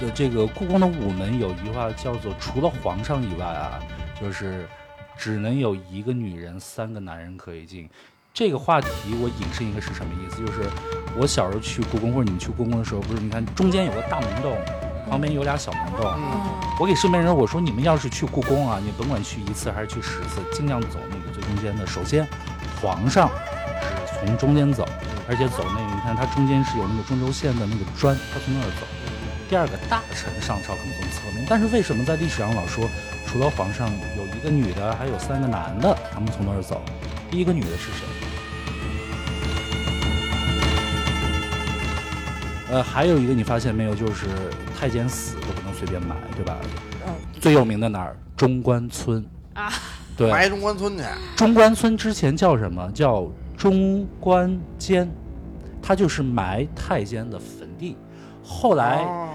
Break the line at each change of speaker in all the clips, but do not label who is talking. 的这个故宫的午门有一句话叫做“除了皇上以外啊，就是只能有一个女人，三个男人可以进”。这个话题我引申一个是什么意思？就是我小时候去故宫，或者你去故宫的时候，不是你看中间有个大门洞，旁边有俩小门洞。
嗯
嗯
我给身边人我说，你们要是去故宫啊，你甭管去一次还是去十次，尽量走那个最中间的。首先，皇上是从中间走，而且走那个你看它中间是有那个中轴线的那个砖，它从那儿走。第二个，大臣上朝可能从侧面，但是为什么在历史上老说，除了皇上有一个女的，还有三个男的，他们从那儿走？第一个女的是谁？呃，还有一个你发现没有，就是太监死都不能随便埋，对吧？
嗯
最有名的哪儿？中关村
啊。
对，
埋中关村去，
中关村之前叫什么？叫中关监，它就是埋太监的坟地。后来，
哦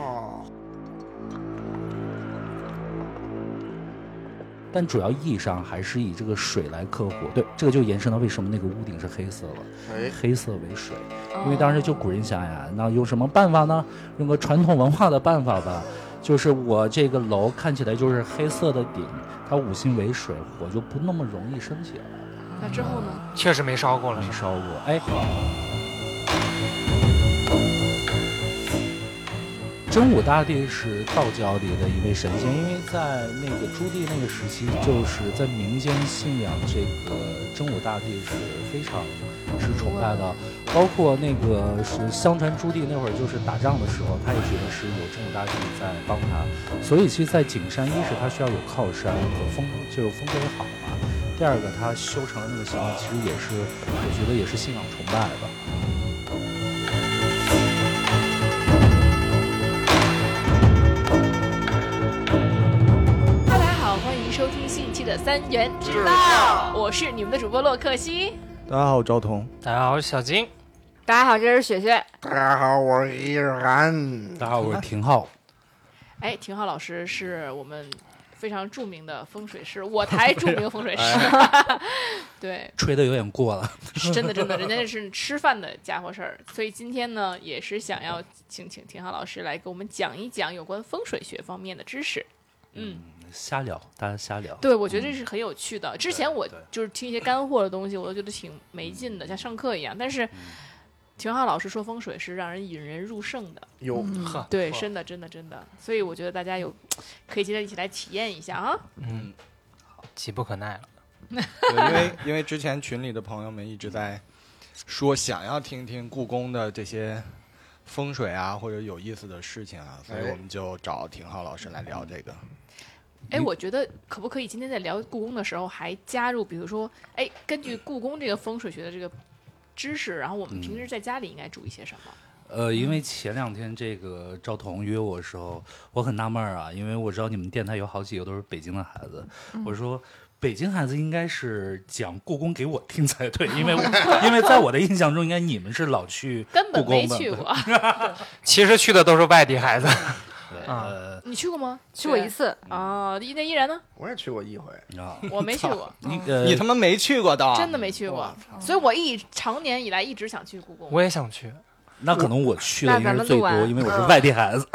但主要意义上还是以这个水来克火。对，这个就延伸到为什么那个屋顶是黑色了，
哎，
黑色为水。
哦
因为当时就古人想哎呀，那用什么办法呢？用个传统文化的办法吧，就是我这个楼看起来就是黑色的顶，它五行为水，火就不那么容易升起来。
那之后呢？
确实没烧过了，是
没
吧？
烧过，哎。真武大帝是道教里的一位神仙，因为在那个朱棣那个时期，就是在民间信仰这个真武大帝是非常是崇拜的，包括那个是相传朱棣那会儿就是打仗的时候，他也觉得是有真武大帝在帮他，所以其实，在景山一是他需要有靠山和风，就是风水好嘛，第二个，他修成了那个形状，其实也是，我觉得也是信仰崇拜吧。
大家好，欢迎收听新一期的三元之道，我是你们的主播洛克西。
大家好，我赵彤。
嗯
大家好，我是小金。
大家好，这是雪雪。
大家好，我是伊尔汗。
大家好，我是廷浩。
哎，廷浩老师是我们非常著名的风水师，我台著名风水师。
哎
对，
吹的有点过了，
是真的真的，人家这是吃饭的家伙事儿。所以今天呢，也是想要请请廷浩老师来给我们讲一讲有关风水学方面的知识。嗯，
瞎聊，大家瞎聊。
对，我觉得这是很有趣的。之前我
嗯对嗯
就是听一些干货的东西，我都觉得挺没劲的，像上课一样。但是廷浩老师说风水是让人引人入胜的，
有
嗯
呵，
对，
呵
真的真的真的。所以我觉得大家有可以今天一起来体验一下啊。
嗯，急不可耐了。
对，因为因为之前群里的朋友们一直在说想要听听故宫的这些风水啊，或者有意思的事情啊，所以
哎
我们就找廷浩老师来聊这个。
嗯
哎，我觉得可不可以今天在聊故宫的时候，还加入比如说，哎，根据故宫这个风水学的这个知识，然后我们平时
嗯
在家里应该注意些什么？
呃，因为前两天这个赵彤约我的时候，我很纳闷儿啊，因为我知道你们电台有好几个都是北京的孩子，我说。北京孩子应该是讲故宫给我听才对，因为我因为在我的印象中，应该你们是老去
根
故
本
宫
没
的。
去 过，
其实去的都是外地孩子，
对
啊
呃
你去过吗？
去过一次，
啊，那依然呢？
我也去过一回，
啊，
我没去过，
你呃，
你他妈没去过啊的？
真的没去过，所以我一常年以来一直想去故宫。
我也想去。
那可能我去的
那
应
咱
该是
们
最
录
多，
完
因为我是外地孩子。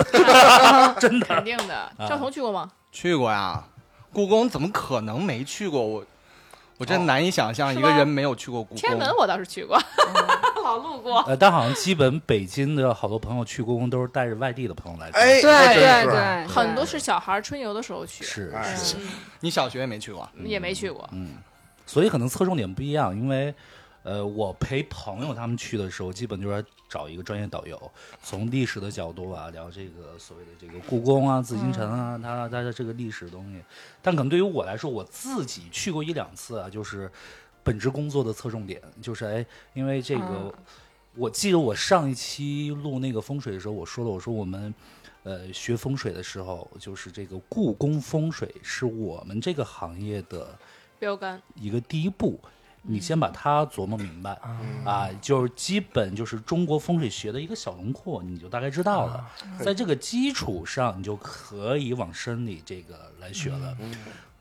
肯定的。赵彤去过吗？
去过呀？故宫怎么可能没去过？我我真
哦
难以想象
是
一
吗
个人没有去过故宫。
天安门我倒是去过，老路过。
呃，但好像基本北京的好多朋友去故宫都是带着外地的朋友来。
哎，
对
那真
对
是
对，
很多是小孩春游的时候去，
是
哎
是，
你小学也没去过？啊
嗯也没去过。
所以可能侧重点不一样，因为。呃，我陪朋友他们去的时候，基本就是找一个专业导游，从历史的角度啊聊这个所谓的这个故宫啊、紫禁城啊，它它的这个历史东西。但可能对于我来说，我自己去过一两次啊，就是本职工作的侧重点，就是哎，因为这个，我记得我上一期录那个风水的时候，我说了，我说我们呃学风水的时候，就是这个故宫风水是我们这个行业的。
标杆
一个第一步，你先把它琢磨明白、
嗯
啊，就是基本就是中国风水学的一个小轮廓，你就大概知道了。
啊
嗯
在这个基础上，你就可以往深里这个来学了。
嗯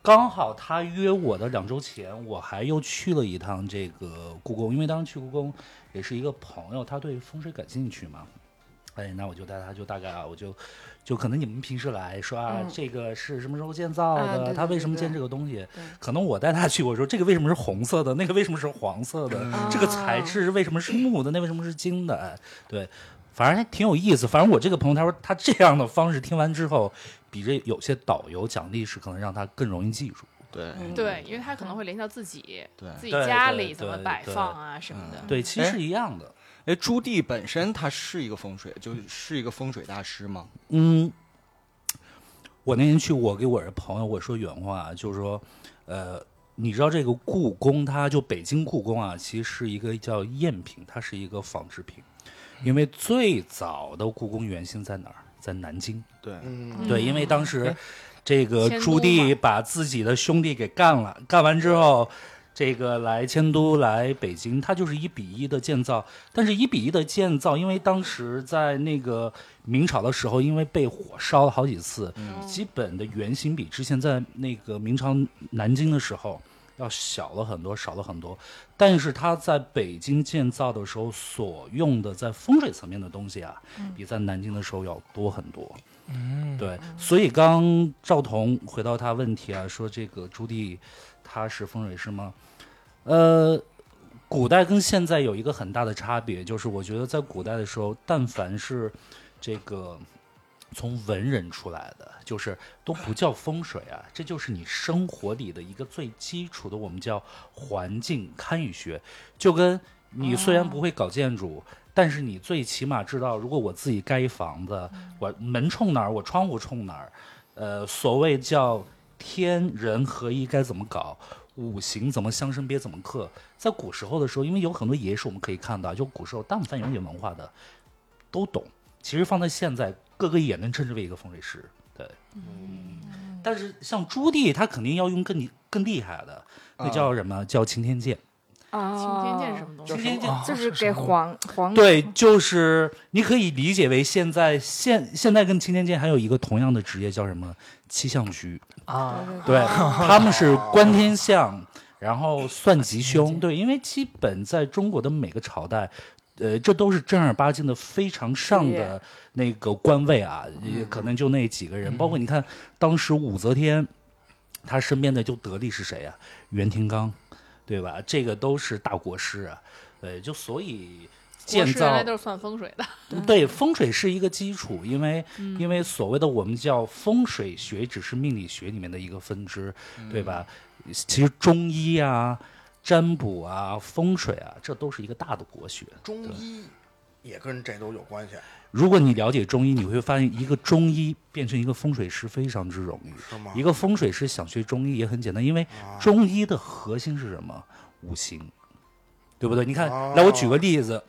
刚好他约我的两周前，我还又去了一趟这个故宫，因为当时去故宫也是一个朋友，他对风水感兴趣嘛。哎，那我就带他，就大概啊，我就就可能你们平时来说啊，
嗯
这个是什么时候建造的？
啊对对
他为什么
对
建
对
这个东西
对？
可能我带他去，我说这个为什么是红色的？那个为什么是黄色的？这个材质为什么是木的？那为什么是金的？哎，对，反正还挺有意思。反正我这个朋友他说他这样的方式听完之后，比这有些导游讲历史可能让他更容易记住。
对
嗯
对，因为他可能会联系到自己、
对。
自己
对
家
对
里怎么
对
摆
对
放啊什么的。
对，其实是一样的。
哎，朱棣本身他是一个风水，就是一个风水大师嘛。
嗯，我那天去，我给我的朋友我说原话啊，就是说，呃，你知道这个故宫，它就北京故宫啊，其实是一个叫赝品，它是一个仿制品，因为最早的故宫原型在哪儿？在南京。
对，
嗯，
对，因为当时这个
迁
朱
都
棣
嘛
把自己的兄弟给干了，干完之后，这个来迁都来北京，他就是一比一的建造。但是，一比一的建造，因为当时在那个明朝的时候，因为被火烧了好几次，
嗯
基本的原型比之前在那个明朝南京的时候。要小了很多，少了很多，但是他在北京建造的时候所用的在风水层面的东西啊，比在南京的时候要多很多。
嗯，
对，所以刚赵彤回到他问题啊，说这个朱棣他是风水师吗？呃，古代跟现在有一个很大的差别，就是我觉得在古代的时候，但凡是这个从文人出来的，就是都不叫风水啊，这就是你生活里的一个最基础的，我们叫环境堪舆学，就跟你虽然不会搞建筑。但是你最起码知道，如果我自己盖一房子，我门冲哪儿，我窗户冲哪儿，呃，所谓叫天人合一该怎么搞，五行怎么相生别怎么克，在古时候的时候，因为有很多野史我们可以看到，就古时候但凡有点文化的都懂。其实放在现在，各个也能称之为一个风水师。对，嗯，但是像朱棣，他肯定要用更更厉害的，那叫什么？叫擎天剑。
啊，
晴天嗯剑是什？么东西？
擎天剑
啊
就是
什
给
么
黄黄
对，就是你可以理解为现在现现在跟青天剑还有一个同样的职业叫什么气象局，
啊，
对，他们是观天象，然后算吉凶，对，因为基本在中国的每个朝代。呃，这都是正儿八经的非常上
职
的
业
那个官位啊，
嗯
也可能就那几个人，包括你看当时武则天，她身边的就得力是谁啊？袁廷罡，对吧？这个都是大国师啊，呃，就所以
我
建
是
造
原来都是算风水的。
对，风水是一个基础，因为、因为所谓的我们叫风水学，只是命理学里面的一个分支，对吧？其实中医啊、占卜啊、风水啊，这都是一个大的国学。
中医也跟这都有关系，
如果你了解中医，你会发现一个中医变成一个风水师非常之容易。
是吗？
一个风水师想学中医也很简单，因为
啊
中医的核心是什么？五行，对不对？你看，
哦
来我举个例子，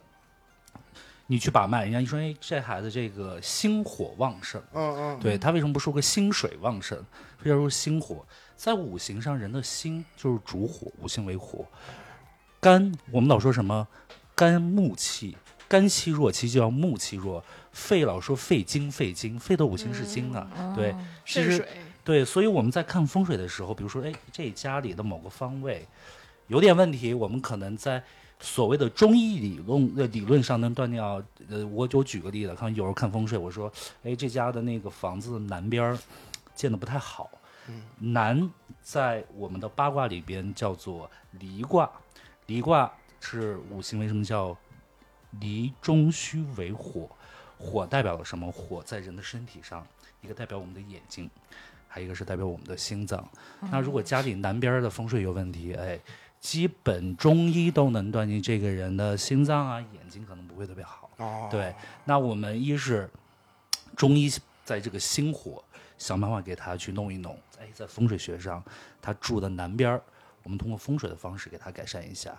你去把脉，人家一说，哎，这孩子这个心火旺盛，
嗯嗯，
对他为什么不说个心水旺盛？非要说心火，在五行上，人的心就是主火，五行为火，肝我们老说什么肝木气。肝气弱，其实叫木气弱。肺老说肺经，肺经，肺的五行是金啊。
嗯哦
对，其
渗
实
水，
对，所以我们在看风水的时候，比如说，哎，这家里的某个方位有点问题，我们可能在所谓的中医理论呃的理论上能断定啊。呃，我就举个例子，看有时候看风水，我说，哎，这家的那个房子南边儿建的不太好。南在我们的八卦里边叫做离卦，离卦是五行为什么叫离中虚为火？火代表了什么？火在人的身体上，一个代表我们的眼睛，还有一个是代表我们的心脏。那如果家里南边儿的风水有问题，哎，基本中医都能断定这个人的心脏啊、眼睛可能不会特别好。
哦，
对，那我们一是中医在这个心火，想办法给他去弄一弄。哎，在风水学上，他住的南边儿，我们通过风水的方式给他改善一下。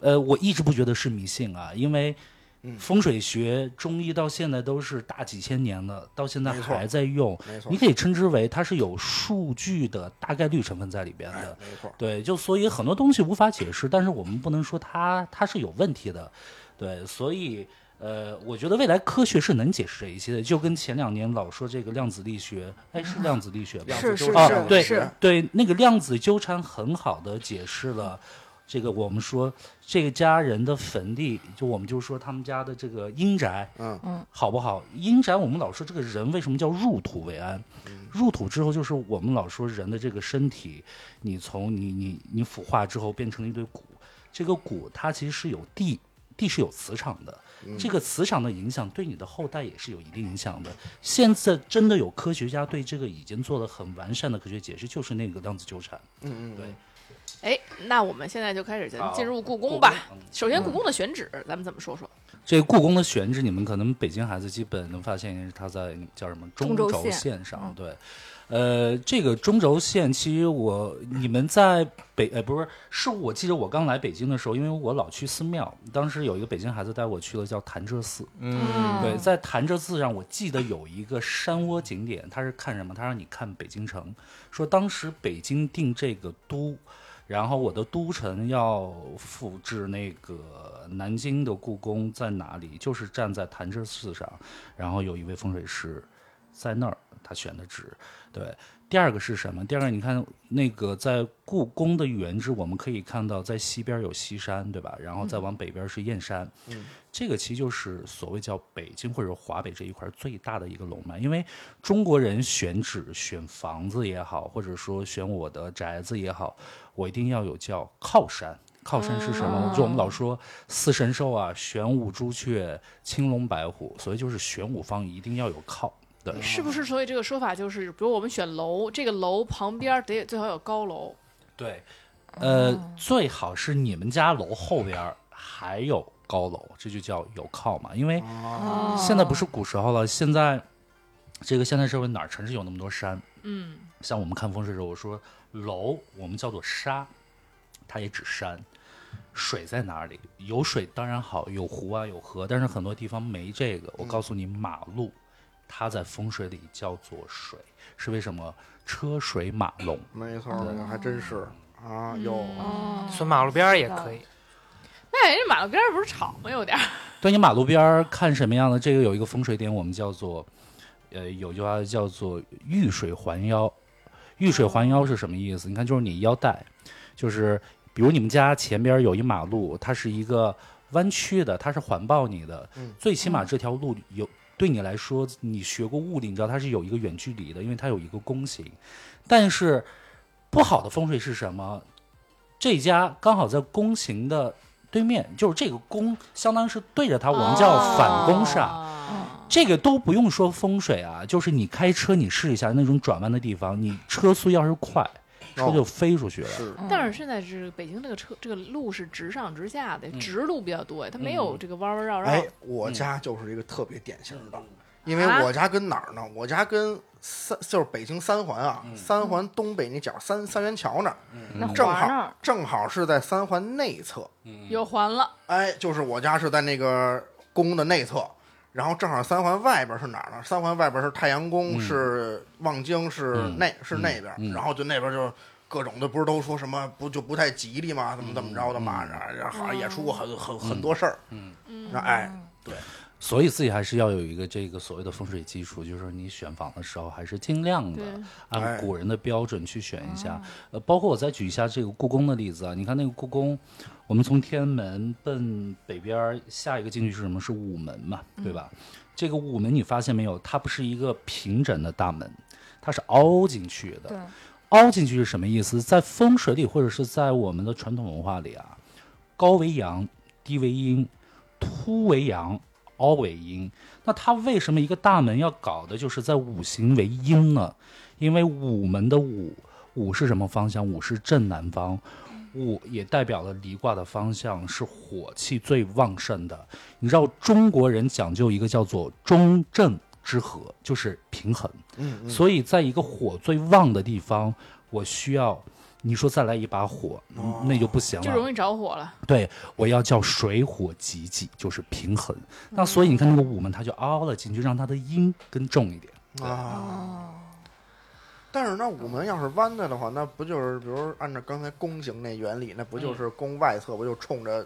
呃，我一直不觉得是迷信啊，因为
嗯
风水学中医到现在都是大几千年了，到现在
没错
还在用，
没错
你，可以称之为它是有数据的大概率成分在里边的。
哎，没错，
对，就所以很多东西无法解释，但是我们不能说它它是有问题的，对，所以呃，我觉得未来科学是能解释这一些的，就跟前两年老说这个量子力学，哎，是量 子力学吧？
量
是
子
是
纠
啊
缠
对
是
对，那个量子纠缠很好的解释了。这个我们说这个家人的坟地，就我们就说他们家的这个阴宅
嗯
好不好？阴宅我们老说这个人为什么叫入土为安？
嗯
入土之后，就是我们老说人的这个身体，你从你你你腐化之后变成了一堆骨，这个骨它其实是有地，地是有磁场的，
嗯
这个磁场的影响对你的后代也是有一定影响的。现在真的有科学家对这个已经做了很完善的科学解释，就是那个量子纠缠。
嗯嗯，
对
哎，那我们现在就开始咱
好
进入故宫吧。
嗯
首先，故宫的选址，咱们怎么说说？
这故宫的选址，你们可能北京孩子基本能发现是它在叫什么中
中轴
轴
线
线上，
嗯
对。呃，这个中轴线，其实我你们在北呃不是，是我记得我刚来北京的时候，因为我老去寺庙，当时有一个北京孩子带我去了叫潭柘寺，
嗯，
对，在潭柘寺上，我记得有一个山窝景点，它是看什么？它让你看北京城，说当时北京定这个都，然后我的都城要复制那个南京的故宫在哪里？就是站在潭柘寺上，然后有一位风水师在那儿，他选的址。对，第二个是什么？第二个你看那个在故宫的原址，我们可以看到在西边有西山，对吧？然后再往北边是燕山。这个其实就是所谓叫北京或者华北这一块最大的一个龙脉，因为中国人选址、选房子也好，或者说选我的宅子也好，我一定要有叫靠山。靠山是什么？就我们老说四神兽啊，玄武、朱雀、青龙、白虎，所以就是玄武方一定要有靠。对，
是不是？所以这个说法就是，比如我们选楼，这个楼旁边得最好有高楼。
对，呃，最好是你们家楼后边儿还有高楼，这就叫有靠嘛。因为
哦
现在不是古时候了，现在这个现代社会哪儿城市有那么多山？
嗯，
像我们看风水的时候，我说楼我们叫做沙，它也指山。水在哪里？有水当然好，有湖啊，有河，但是很多地方没这个。我告诉你，马路它在风水里叫做水，是为什么？车水马龙。
没错没错，还真是啊，有
嗯
哦
所以马路边儿也可以。
那人家马路边儿不是吵吗？有点儿。
对你马路边儿看什么样的？这个有一个风水点，我们叫做，呃，有句话叫做“遇水还腰”。遇水还腰是什么意思？你看，就是你腰带，就是比如你们家前边儿有一马路，它是一个弯曲的，它是环抱你的，
嗯
最起码这条路有。对你来说，你学过物理，你知道它是有一个远距离的，因为它有一个弓形。但是不好的风水是什么？这家刚好在弓形的对面，就是这个弓，相当是对着它，啊我们叫反弓煞。
哦
这个都不用说风水啊，就是你开车，你试一下那种转弯的地方，你车速要是快，
哦
车就飞出去了。
是
嗯
但是现在是北京这个车这个路是直上直下的，
嗯
直路比较多，它没有这个弯弯绕绕。
哎，我家就是一个特别典型
嗯
的，因为
啊
我家跟哪儿呢？我家跟三就是北京三环啊，
嗯
三环东北那角儿三三元桥那儿，
啊
那
正
环那
好
儿，
正好是在三环内侧。
嗯
有环了，
哎，就是我家是在那个宫的内侧，然后正好三环外边是哪儿呢？三环外边是太阳宫，
嗯
是望京，是
嗯
那、是那边，
嗯嗯
然后就那边就。各种的不是都说什么不就不太吉利嘛，怎么怎么着的嘛，然后然
嗯
后好像也出过很很很多事儿，
嗯
嗯，那哎，
所以自己还是要有一个这个所谓的风水基础，就是说你选房的时候还是尽量的
对
按古人的标准去选一下。呃，包括我再举一下这个故宫的例子啊，你看那个故宫，我们从天安门奔北边儿，下一个进去是什么？是午门嘛，对吧？这个午门你发现没有？它不是一个平整的大门，它是凹进去的
对。
凹进去是什么意思？在风水里或者是在我们的传统文化里啊，高为阳，低为阴，凸为阳，凹为阴。那它为什么一个大门要搞的就是在五行为阴呢？因为午门的午，午是什么方向？午是正南方，午也代表了离卦的方向是火气最旺盛的。你知道中国人讲究一个叫做中正之和，就是平衡。
嗯嗯，
所以在一个火最旺的地方，我需要你说再来一把火，
哦
那就不行
就容
了。
易着火了。
对，我要叫水火济济，就是平衡。
嗯
那所以你看那个午门，它就凹了进去，让它的阴更重一点。
嗯
啊。
哦
但是那午门要是弯的的话，那
嗯
不就是比如按照刚才弓形那原理，那不就是弓外侧不就冲着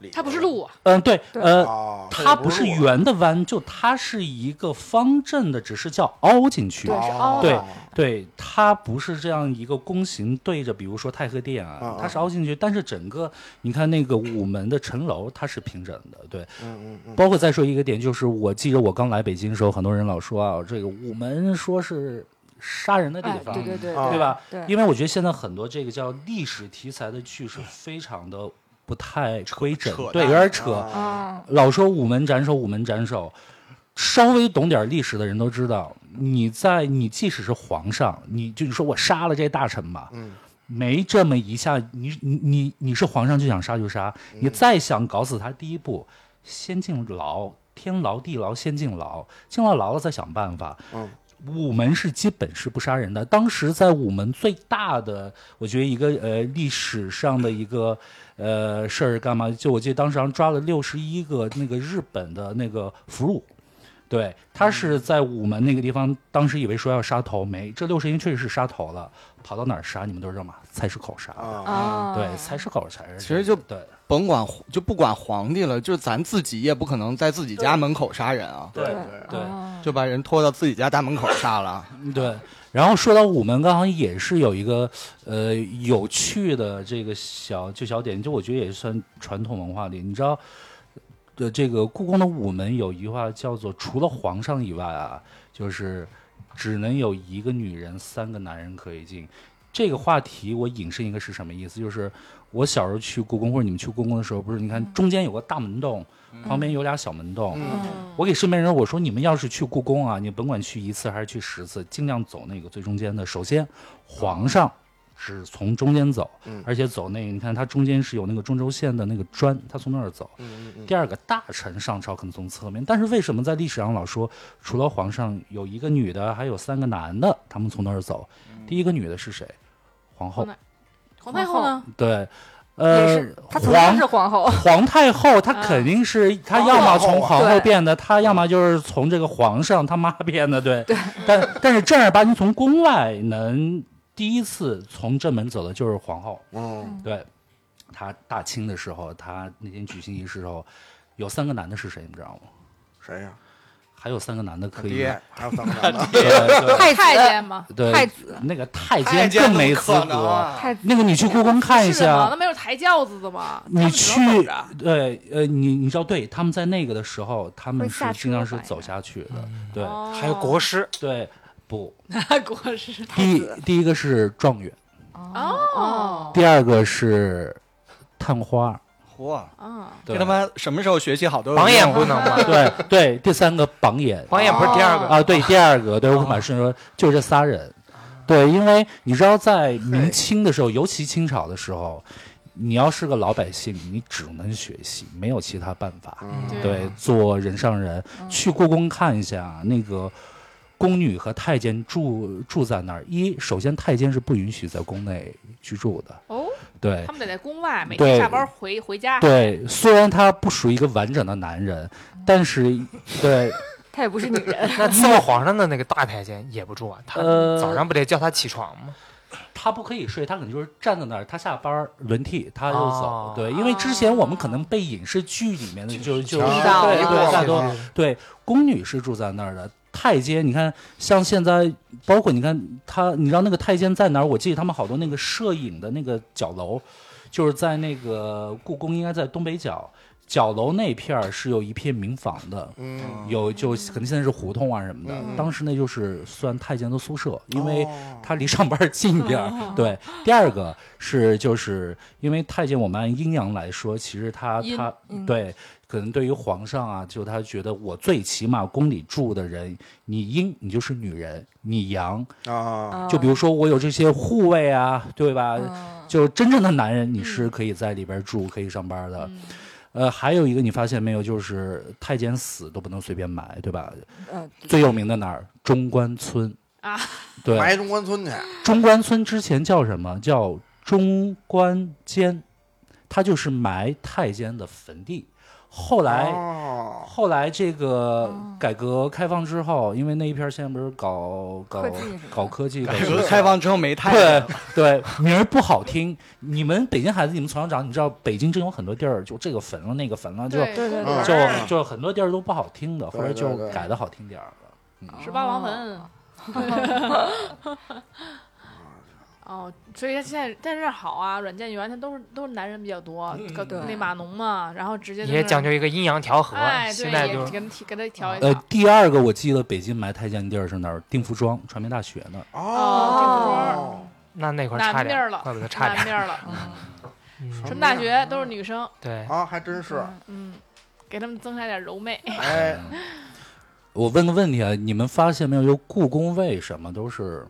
里头
它不是路啊，
嗯，对，
对
呃，
啊，
它
也
不是
路啊
圆的弯，就它是一个方阵的，只是叫凹进去。
对，是凹
对嗯
的，
对，它不是这样一个弓形对着，比如说太和殿
嗯
啊
嗯，
它是凹进去。但是整个你看那个午门的城楼，它是平整的。对，
嗯嗯嗯，
包括再说一个点，就是我记着我刚来北京的时候，很多人老说啊，这个午门说是杀人的地
哎，
方，哦
对对对
啊
对？吧？
对
因为我觉得现在很多这个叫历史题材的剧是非常的不太规整
扯，
对，有点扯。
啊，
啊，
老说午门斩首，午门斩首，稍微懂点历史的人都知道，你在你即使是皇上，你就你说我杀了这大臣吧，
嗯，
没这么一下，你你你你是皇上就想杀就杀，你再想搞死他，第一步先进牢，天牢地牢先进牢，进了牢了再想办法，
嗯。
午门是基本是不杀人的。当时在午门最大的，我觉得一个呃历史上的一个呃事儿干嘛？就我记得当时好像抓了六十一个那个日本的那个俘虏，对他
嗯
是在午门那个地方，当时以为说要杀头，没这六十人确实是杀头了，跑到哪儿杀？你们都知道吗？菜市口杀。
啊，
嗯
啊，
对，菜市口才是。
其实就
对
甭管就不管皇帝了，就是咱自己也不可能在自己家门口杀人啊，
对对
啊
就把人拖到自己家大门口杀了。啊
对。然后说到午门，刚好也是有一个呃有趣的这个小就小点，就我觉得也算传统文化里，你知道，呃，这个故宫的午门有一句话叫做“除了皇上以外啊，就是只能有一个女人，三个男人可以进”。这个话题我引申一个是什么意思？就是我小时候去故宫，或者你们去故宫的时候，不是你看中间有个大门洞，旁边有俩小门洞，
嗯，
我给身边人我说，你们要是去故宫啊，你甭管去一次还是去十次，尽量走那个最中间的。首先，皇上只从中间走，
嗯
而且走那个，你看它中间是有那个中轴线的那个砖，它从那儿走。
嗯嗯
第二个，大臣上朝可能从侧面，但是为什么在历史上老说，除了皇上有一个女的，还有三个男的，他们从那儿走？第一个女的是谁？皇后
皇。皇嗯太后呢？
对，
也
呃
是，，她曾经
皇
是皇后，
皇太后，她肯定是、她要么从皇后
对
变的，她要么就是从这个皇上他妈变的，对。但但是正儿八经从宫外能第一次从正门走的就是皇后，
嗯，
对。她大清的时候，她那天举行仪式的时候，有三个男的是谁，你知道吗？
谁呀？
还有三个男的可以，
爹
还有三个男 的，
对对
太
太
子，
监嘛，
对，
太子，
那个太
太
哎
监
监
更
怎么
没资
可能
格。
啊
太子
那个你去故宫看一
是的嘛，
下
那，没有抬轿子的嘛，他
你
们
去
只能走着啊
对呃，你你知道，对，他们在那个的时候，他们
会
是
下
经
车
常
吧
是
应
走
该
下去
嗯
的，对、
啊哦
还有国师，
对，不，
国师
第一第一个是状元，
哦，
第二个是探花，
嚯，
嗯，
对
这他妈什么时候学习
哦
好都有
榜眼
用
不能 吗？
对对，第三个榜眼，
榜眼不是第二
哦
个，
啊，对，第二个，对我马顺说就这仨人，
哦
对，因为你知道，在明清的时候，尤其清朝的时候，你要是个老百姓，你只能学习，没有其他办法。
嗯
对
对，做人上人，去故宫看一下啊那个宫女和太监住住在那儿。一，首先太监是不允许在宫内居住的，
哦，
对
他们得在宫外，每天
对
下班回回家，
对。虽然他不属于一个完整的男人，但是对
她也不是女人，
那伺候皇上的那个大太监也不住啊，他
呃
早上不得叫他起床吗？
他不可以睡，他可能就是站在那儿，他下班儿轮替，他就走。
哦
对，因为之前我们可能被影视剧里面的就是就是
强
强
对
迫
对
啊
大多对，宫女是住在那儿的。太监，你看，像现在，包括你看他，你知道那个太监在哪儿？我记得他们好多那个摄影的那个角楼，就是在那个故宫，应该在东北角角楼那片儿是有一片民房的，
嗯，
有就可能现在是胡同啊什么的。
嗯
当时那就是算太监的宿舍，因为
哦
他离上班近一点儿。 对，第二个是就是因为太监，我们按阴阳来说，其实他
阴
他
嗯
对，可能对于皇上啊，就他觉得我最起码宫里住的人，你阴你就是女人，你阳
啊，
就比如说我呃有这些护卫啊，对吧？
哦嗯
就真正的男人，你是可以在里边住，可以上班的。呃，还有一个你发现没有，就是太监死都不能随便埋，对吧？
嗯，
最有名的哪儿？中关村
啊，
对，
埋中关村去，
中关村之前叫什么？叫中关监，它就是埋太监的坟地。后来、
哦，
后来这个
哦
改革开放之后，因为那一片儿现在不是搞搞
科技是吧
搞科技，搞
改
学
革
校
开放之后没太
对对，名儿不好听。你们北京孩子，你们从小长，你知道北京真有很多地儿，就这个坟了，那个坟了，就
对对
对
就
嗯
就很多地儿都不好听的，
对
或者就
对对
改的好听点儿了。
十八王坟。哦，所以他现在但是好啊，软件园他都是都是男人比较多，搞
对
那码农嘛，然后直接
也讲
究，
究一个阴阳调和。
哎，对，
现在就
也
是嗯
跟提跟他调
哎
一
呃
调，，
第二个我记得北京埋太监的地儿是哪儿？定福庄，传媒大学那儿。
哦，
那那块儿差
南
点
面
儿，
了
怪不得，差点
南
儿。
面了，
嗯
什么大学都是女生，
对，
啊，还真是，
嗯，给他们增加点柔媚。
哎，
我问个问题啊，你们发现没有？就故宫为什么都是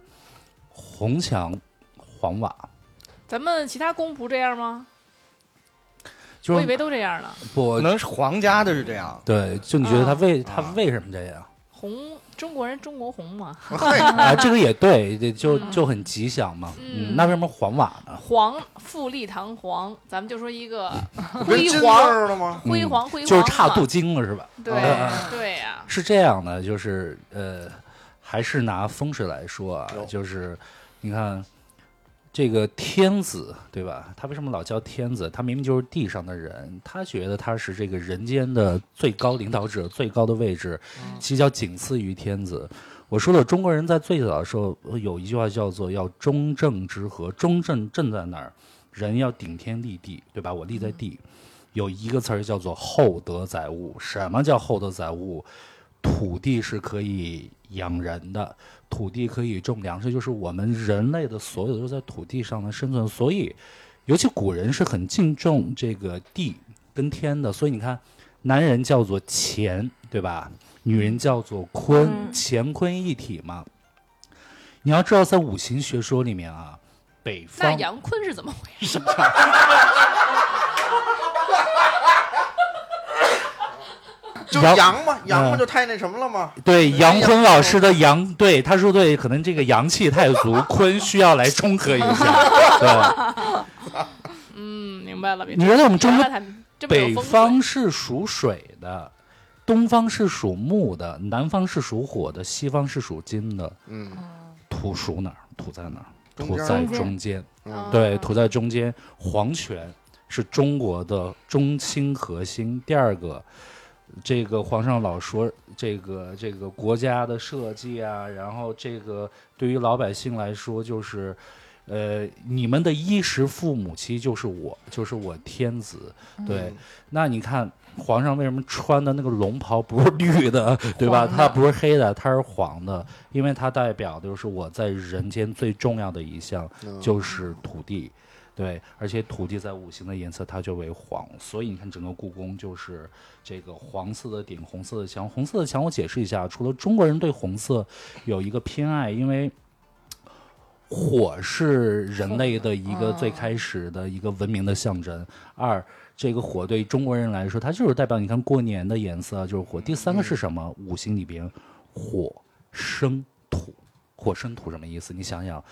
红墙黄瓦？
咱们其他宫不这样吗？
就
我以
是
为都这样呢。
不
可能是皇家的是这样，
对，就你觉得他为、
啊
他为什么这样？
红，中国人中国红嘛，
啊，这个也对，这就
嗯
就很吉祥嘛。
嗯
嗯，那为什么黄瓦呢？
黄富丽堂皇，咱们就说一
嗯
个
跟
辉
金字
煌，
儿了吗？
辉煌，辉煌嘛，
就是差镀金了是吧？
对
嗯
啊
对呀，
是这样的，就是呃，还是拿风水来说啊
有，
就是你看这个天子对吧？他为什么老叫天子？他明明就是地上的人，他觉得他是这个人间的最高领导者、最高的位置，其实叫仅次于天子。我说了，中国人在最早的时候呃有一句话叫做“要中正之和”，中正正在哪儿？人要顶天立地，对吧？我立在地。有一个词儿叫做“厚德载物”。什么叫厚德载物？土地是可以养人的，土地可以种粮食，就是我们人类的所有都在土地上的生存。所以，尤其古人是很敬重这个地跟天的。所以你看，男人叫做乾，对吧？女人叫做坤，
嗯
乾坤一体嘛。你要知道，在五行学说里面啊，北
那
方
杨坤是怎么回事？
就
然后
阳嘛，阳嘛
嗯
就太那什么了嘛，
对杨坤老师的阳，对他说对，可能这个阳气太足，坤需要来中和一 下。对吧，
嗯，明白了，别
你觉得我们中国
原来他这么有
北
风水
方是属水的，东方是属木的，南方是属火的，西方是属金的。
嗯，
土属哪儿？土在哪儿？
中
土
间
在
中间
中间。
啊
嗯
对，土在中间。黄泉是中国的中心核心。第二个，这个皇上老说这个这个国家的设计啊，然后这个对于老百姓来说就是。呃，你们的衣食父母其实就是我，就是我天子。
嗯
对，
嗯
那你看皇上为什么穿的那个龙袍不是绿的， 对吧？
黄的
它不是黑的，它是黄的，因为它代表就是我在人间最重要的一项，
嗯
就是土地，对，而且土地在五行的颜色它就为黄，所以你看整个故宫就是这个黄色的顶，红色的墙。红色的墙我解释一下，除了中国人对红色有一个偏爱，因为火是人类的一个最开始的一个文明的象征。二这个火对中国人来说，它就是代表你看过年的颜色啊就是火。第三个是什么？五行里边火生土，火生土什么意思？你想想，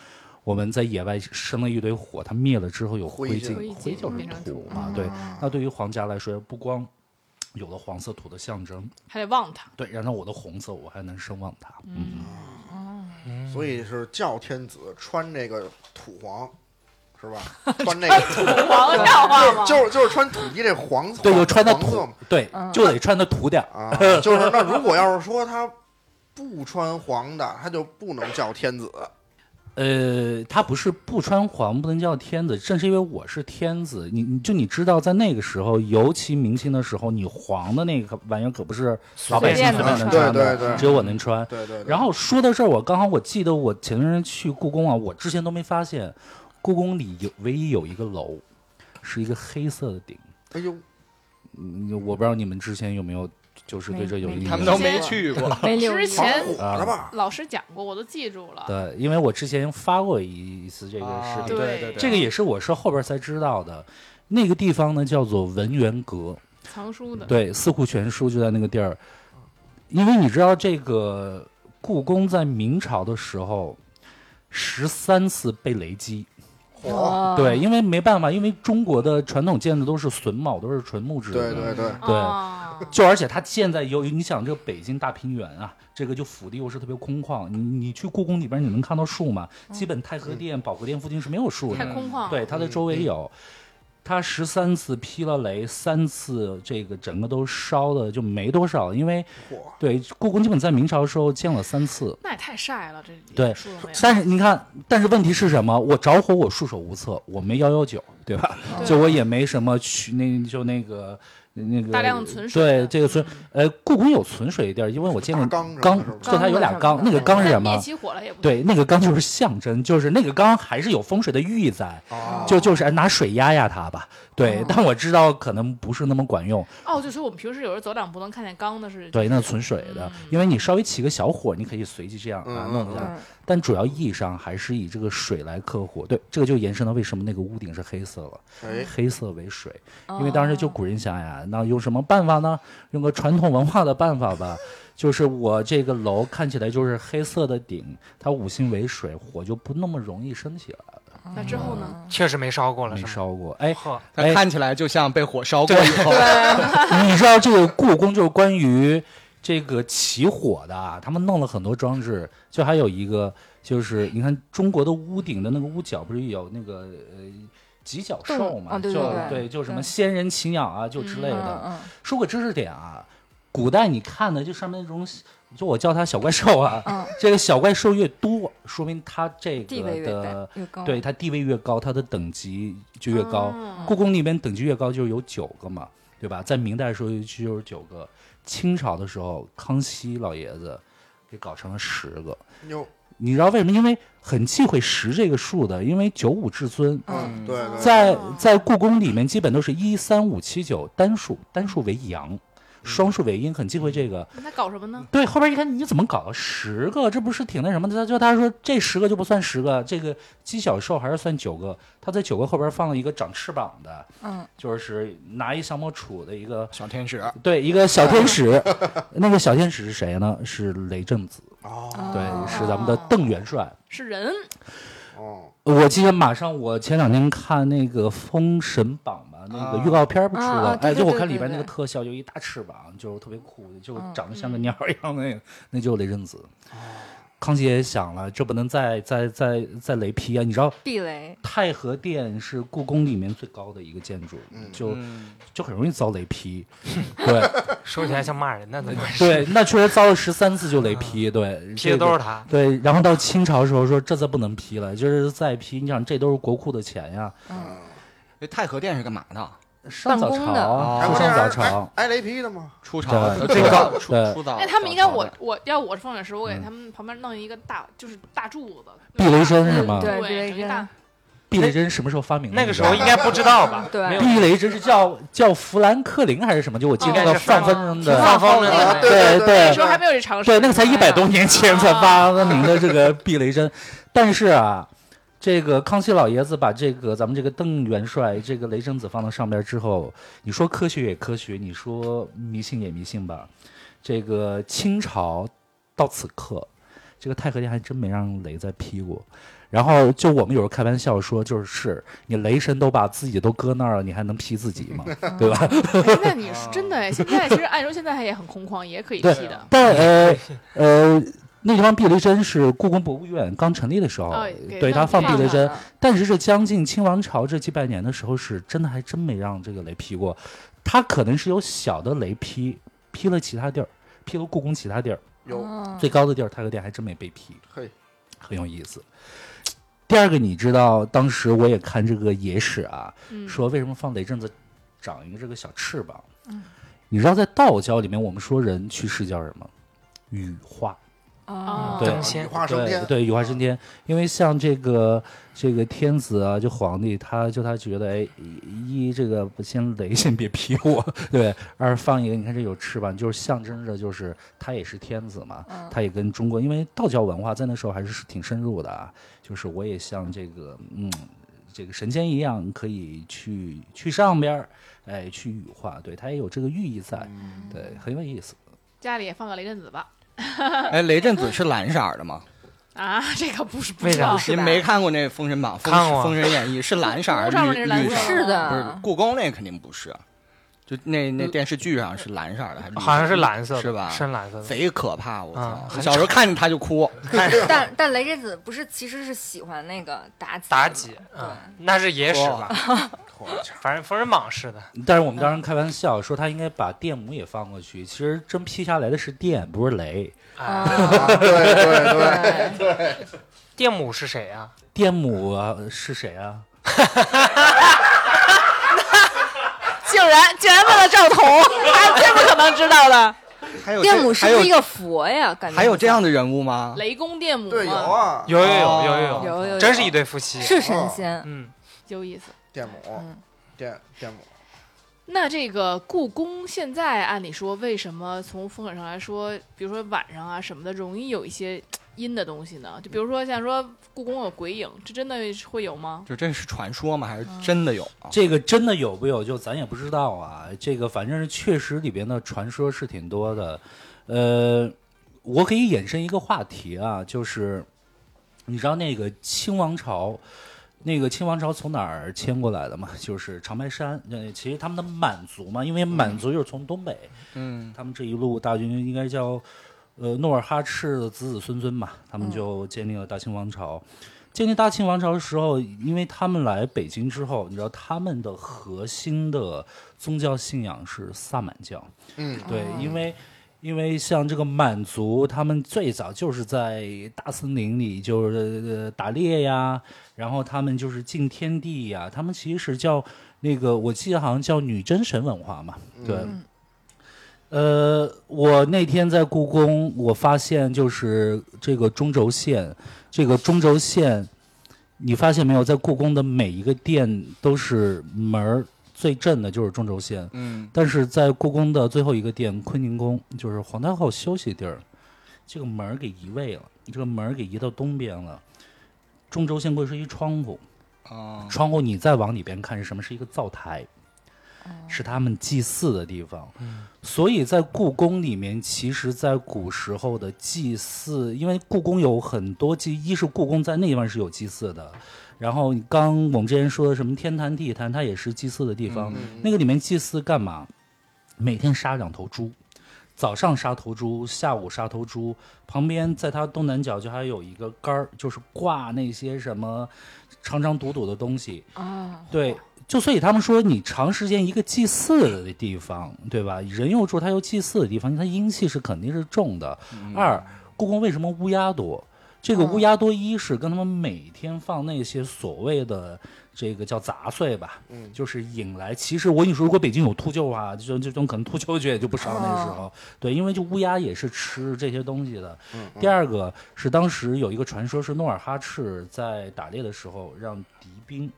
我们在野外生了一堆火，它灭了之后有
灰
灰
烬
烬，
灰烬
灰就是
变成
土
土
嘛。对，那对于皇家来说，不光有了黄色土的象征，
还得旺他，
对，然后我的红色我还能声望它。嗯，
所以是叫天子穿这个土黄，是吧？穿那个
黄要旺吗？
就是就是穿土地这黄，
对，就穿的
黄色
土
嘛，
对，就得穿的土点儿。
啊，就是那如果要是说他不穿黄的，他就不能叫天子。
呃，他不是不穿黄不能叫天子，正是因为我是天子，你你就你知道，在那个时候，尤其明清的时候，你黄的那个玩意儿可不是老百姓
便
随
的
便能穿
穿
的，
啊对对对
啊只有我能穿。
对对对。
然后说到这儿，我刚好我记得我前段时间去故宫啊，我之前都没发现，故宫里有唯一有一个楼，是一个黑色的顶。
哎呦，
嗯，我不知道你们之前有没有就是对这有
没
印
没
象？
他们都没去过。
没留意
之
防
前
火的
啊
吧？
老师讲过，我都记住了。
对，因为我之前发过一次这个视
啊
频，
对
对
这个也是我是后边才知道的。那个地方呢叫做文渊阁，
藏书的，
对，《四库全书》就在那个地儿。因为你知道，这个故宫在明朝的时候，十三次被雷击，
哦
对，，因为没办法，因为中国的传统建筑都是榫卯，都是纯木质的。
对对对，
对
哦
就而且它现在由于你想这个北京大平原啊，这个就腹地又是特别空旷，你你去故宫里边你能看到树吗？基本太和殿、保和殿附近是没有树的
太，空旷了，
对，
嗯
它的周围有。它十三次劈了雷，三次这个整个都烧的就没多少，因为
嚯
对故宫基本在明朝的时候建了三次，
那也太晒了，这里
对
树都没有。
但是你看，但是问题是什么？我着火，我束手无策，我没幺幺九，对吧？
对啊
就我也没什么去那就那个那个
大量存水
对
的嗯
这个存呃，故宫有存水的地儿，因为我见过
大缸是吧
缸
是吧，
对它有俩
缸
缸，
子
那个缸是什
灭
么？
起火了也不行
对，那个缸就是象征，就是那个缸还是有风水的寓意在，
啊，
就就是哎拿水压压它吧。对，
哦
但我知道可能不是那么管用。
哦，就是我们平时有时候走两步能看见缸的是，
对，那存水
嗯
的，因为你稍微起个小火，你可以随机这样啊
嗯
弄一下。
嗯
但主要意义上还是以这个水来克火。对，这个就延伸到为什么那个屋顶是黑色了，
哎，
黑色为水，因为当时
哦
就古人想呀，那用什么办法呢？用个传统文化的办法吧，就是我这个楼看起来就是黑色的顶，它五行为水，火就不那么容易升起来了，
那之后呢？
确实没烧过
没
了，哦是吗？
烧过。哎，
呵，
它
哎
看起来就像被火烧过以后，
你知道这个故宫就是关于这个起火的啊，他们弄了很多装置，就还有一个就是你看中国的屋顶的那个屋角不是有那个呃几角兽
动
嘛，
啊对
就
对对
就什么
对
仙人骑鸟啊，就之类
嗯
的。
嗯
说个知识点啊，古代你看的就上面那种，就我叫它小怪兽啊，
嗯，
这个小怪兽越多，说明它这
地
个
位越
的
大。嗯越高，
对它地位越高，它的等级就越
嗯
高。
哦
故宫那边等级越高，就是有九个嘛，对吧？在明代的时候就是九个，清朝的时候康熙老爷子给搞成了十个。
哟，
你知道为什么？因为很忌讳十这个数的，因为九五至尊，
嗯，
对对，
在
哦
在故宫里面基本都是一三五七九单数，单数为阳，双数为阴，很忌讳这个。
那搞什么呢？
对，后边一看你怎么搞到十个？这不是挺那什么的？他就他说这十个就不算十个，这个鸡小兽还是算九个。他在九个后边放了一个长翅膀的，
嗯，
就是拿一降魔杵的一个，
小天使。
对，一个小天使。
嗯
那个小天使是谁呢？是雷震子，
哦
哦
对，是咱们的邓元帅。
是人
哦，
我记得马上，我前两天看那个《封神榜》吧，那个
啊
预告片儿不出
啊
了，
啊对
哎，
对
就我
对
看
对
里边那个
对
特效，就一大翅膀，就特别酷，就
嗯
长得像个鸟儿一样那个，那就是雷震子。康熙也想了，这不能再再再再雷劈啊！你知道
地雷，
太和殿是故宫里面最高的一个建筑，就
嗯，
就很容易遭雷 劈。对，
说起来像骂人的，怎么回事？
对，那确实遭了十三次就雷
啊
劈，对，这
批的
个
都是他。
对。然后到清朝的时候说这次不能批了，就是再批，你想这都是国库的钱呀，
那哎太和殿是干嘛的？
上早
办公的
朝，啊
还
哦哎
出
不
上早
是
朝
挨，挨雷劈的吗？
出
朝的
最早出
对
出早。
哎，他们应该
早朝
我
的
我要我是风水师，我给
嗯
他们旁边弄一个大就是大柱子，
避雷针是吗？
嗯对
对，整个
避雷针
大
避雷针什么时候发明的？
那个时候
你
应
知
该不知道吧？
对
没有
道吗避雷针是叫叫富兰克林还是什么？就我记得
哦
那个
应该是
范风筝
挺
的，
放风筝
啊
的。
对
对
那
对
时候还没有这常 识，
对，那个才一百多年前才
啊
发明的这个避雷针，但是啊。这个康熙老爷子把这个咱们这个邓元帅这个雷震子放到上边之后，你说科学也科学，你说迷信也迷信吧。这个清朝到此刻，这个太和殿还真没让雷再劈过。然后就我们有时候开玩笑说，就是是你雷神都把自己都搁那儿了，你还能劈自己吗？对吧？
哎那你是真的哎，现在其实按说现在也很空旷，也可以
对
踢的。
但呃呃，那地方避雷针是故宫博物院刚成立的时候，
哦给
对
弄
它放避
放
雷
了
啊
针，但是这将近清王朝这几百年的时候，是真的还真没让这个雷劈过，它可能是有小的雷劈，劈了其他地儿，劈了故宫其他地儿，
有，啊
嗯
最高的地儿太和殿还真没被劈，
嘿，
很有意思。第二个，你知道当时我也看这个野史啊，
嗯，
说为什么放雷震子长一个这个小翅膀？你知道在道教里面，我们说人去世叫什么？羽化。
哦
对
登仙
羽化升天
对，对，羽化升天。因为像这个这个天子啊，就皇帝，他就他觉得，哎，一一这个先雷先别劈我， 对；二放一个，你看这有翅膀，就是象征着就是他也是天子嘛，他也跟中国，因为道教文化在那时候还是挺深入的啊，就是我也像这个嗯。这个神仙一样可以去去上边儿，哎，去羽化，对，它也有这个寓意在，对，很有意思。
家里也放个雷震子吧。
哎，雷震子是蓝色儿的吗？
啊，这个不是不
为
知
啥
道
不
是
您
吧
没看过那《封神榜》《封
看过
封神演义》是蓝色儿，
故宫 上面
绿
是蓝
绿
色啊儿
色儿
是
不是
的，
故宫那肯定不是，就那那电视剧上是蓝色儿的，还是绿
好像
色
是
儿的
蓝色的
是吧
深蓝色的。
贼可怕！我操
嗯，
我小时候看着他就哭。
看
但但雷震子不是其实是喜欢那个妲己
妲
吗
己，
对
嗯，那是野史 吧？
我操！
反正《封神榜》是的，
但是我们当时开玩笑说他应该把电母也放过去，其实真劈下来的是电，不是雷。
哎，
啊对对对，
对对，
电母是谁啊？
电母、啊、是谁啊？
竟然竟然问了赵彤，他最不可能知道的。
还有
电
这
母是
还
不是一
有
个佛呀？感觉
还有
像
这样的人物吗？
雷公电母
对有
嘛
啊，哦
有有有有
哦
有
有有有，
真是一对夫妻。
是神仙，
嗯，
有意思。
电母
嗯，
电电母，
那这个故宫现在按理说，为什么从风水上来说，比如说晚上啊什么的，容易有一些阴的东西呢？就比如说像说故宫有鬼影，这真的会有吗？
就这是传说吗？还是真的有啊？
这个真的有不有，就咱也不知道啊。这个反正是确实里边的传说是挺多的。呃，我可以衍生一个话题啊，就是你知道那个清王朝，那个清王朝从哪儿迁过来的嘛？就是长白山。呃，其实他们的满族嘛，因为满族就是从东北，
嗯，
他们这一路大军应该叫呃努尔哈赤的子子孙孙嘛，他们
嗯
就建立了大清王朝。建立大清王朝的时候，因为他们来北京之后，你知道他们的核心的宗教信仰是萨满教。
嗯，
对，
哦
因为因为像这个满族，他们最早就是在大森林里就是、呃、打猎呀，然后他们就是敬天地呀，他们其实叫那个我记得好像叫女真神文化嘛，对。
嗯
呃，我那天在故宫，我发现就是这个中轴线，这个中轴线，你发现没有，在故宫的每一个殿都是门儿最正的就是中轴线，
嗯，
但是在故宫的最后一个殿坤宁宫，就是皇太后休息地儿，这个门儿给移位了，这个门儿给移到东边了。中轴线柜是一窗户，
啊，
窗户你再往里边看是什么？是一个灶台，是他们祭祀的地方。所以在故宫里面，其实，在古时候的祭祀，因为故宫有很多祭，一是故宫在那地方是有祭祀的，然后你刚我们之前说的什么天坛、地坛，它也是祭祀的地
嗯
方。嗯那个里面祭祀干嘛？每天杀两头猪，早上杀头猪，下午杀头猪。旁边在它东南角就还有一个杆儿，就是挂那些什么长长堵堵的东西。
啊，
对，就所以他们说，你长时间一个祭祀的地方，对吧？人又住，它又祭祀的地方，它阴气是肯定是重的。二，故宫为什么乌鸦多？这个乌鸦多，一是跟他们每天放那些所谓的这个叫杂碎吧，
嗯
就是引来。其实我跟你说，如果北京有秃鹫啊，就这种可能秃鹫就也就不少那时候。对，因为就乌鸦也是吃这些东西的。
嗯
第二个是当时有一个传说，是努尔哈赤在打猎的时候让敌兵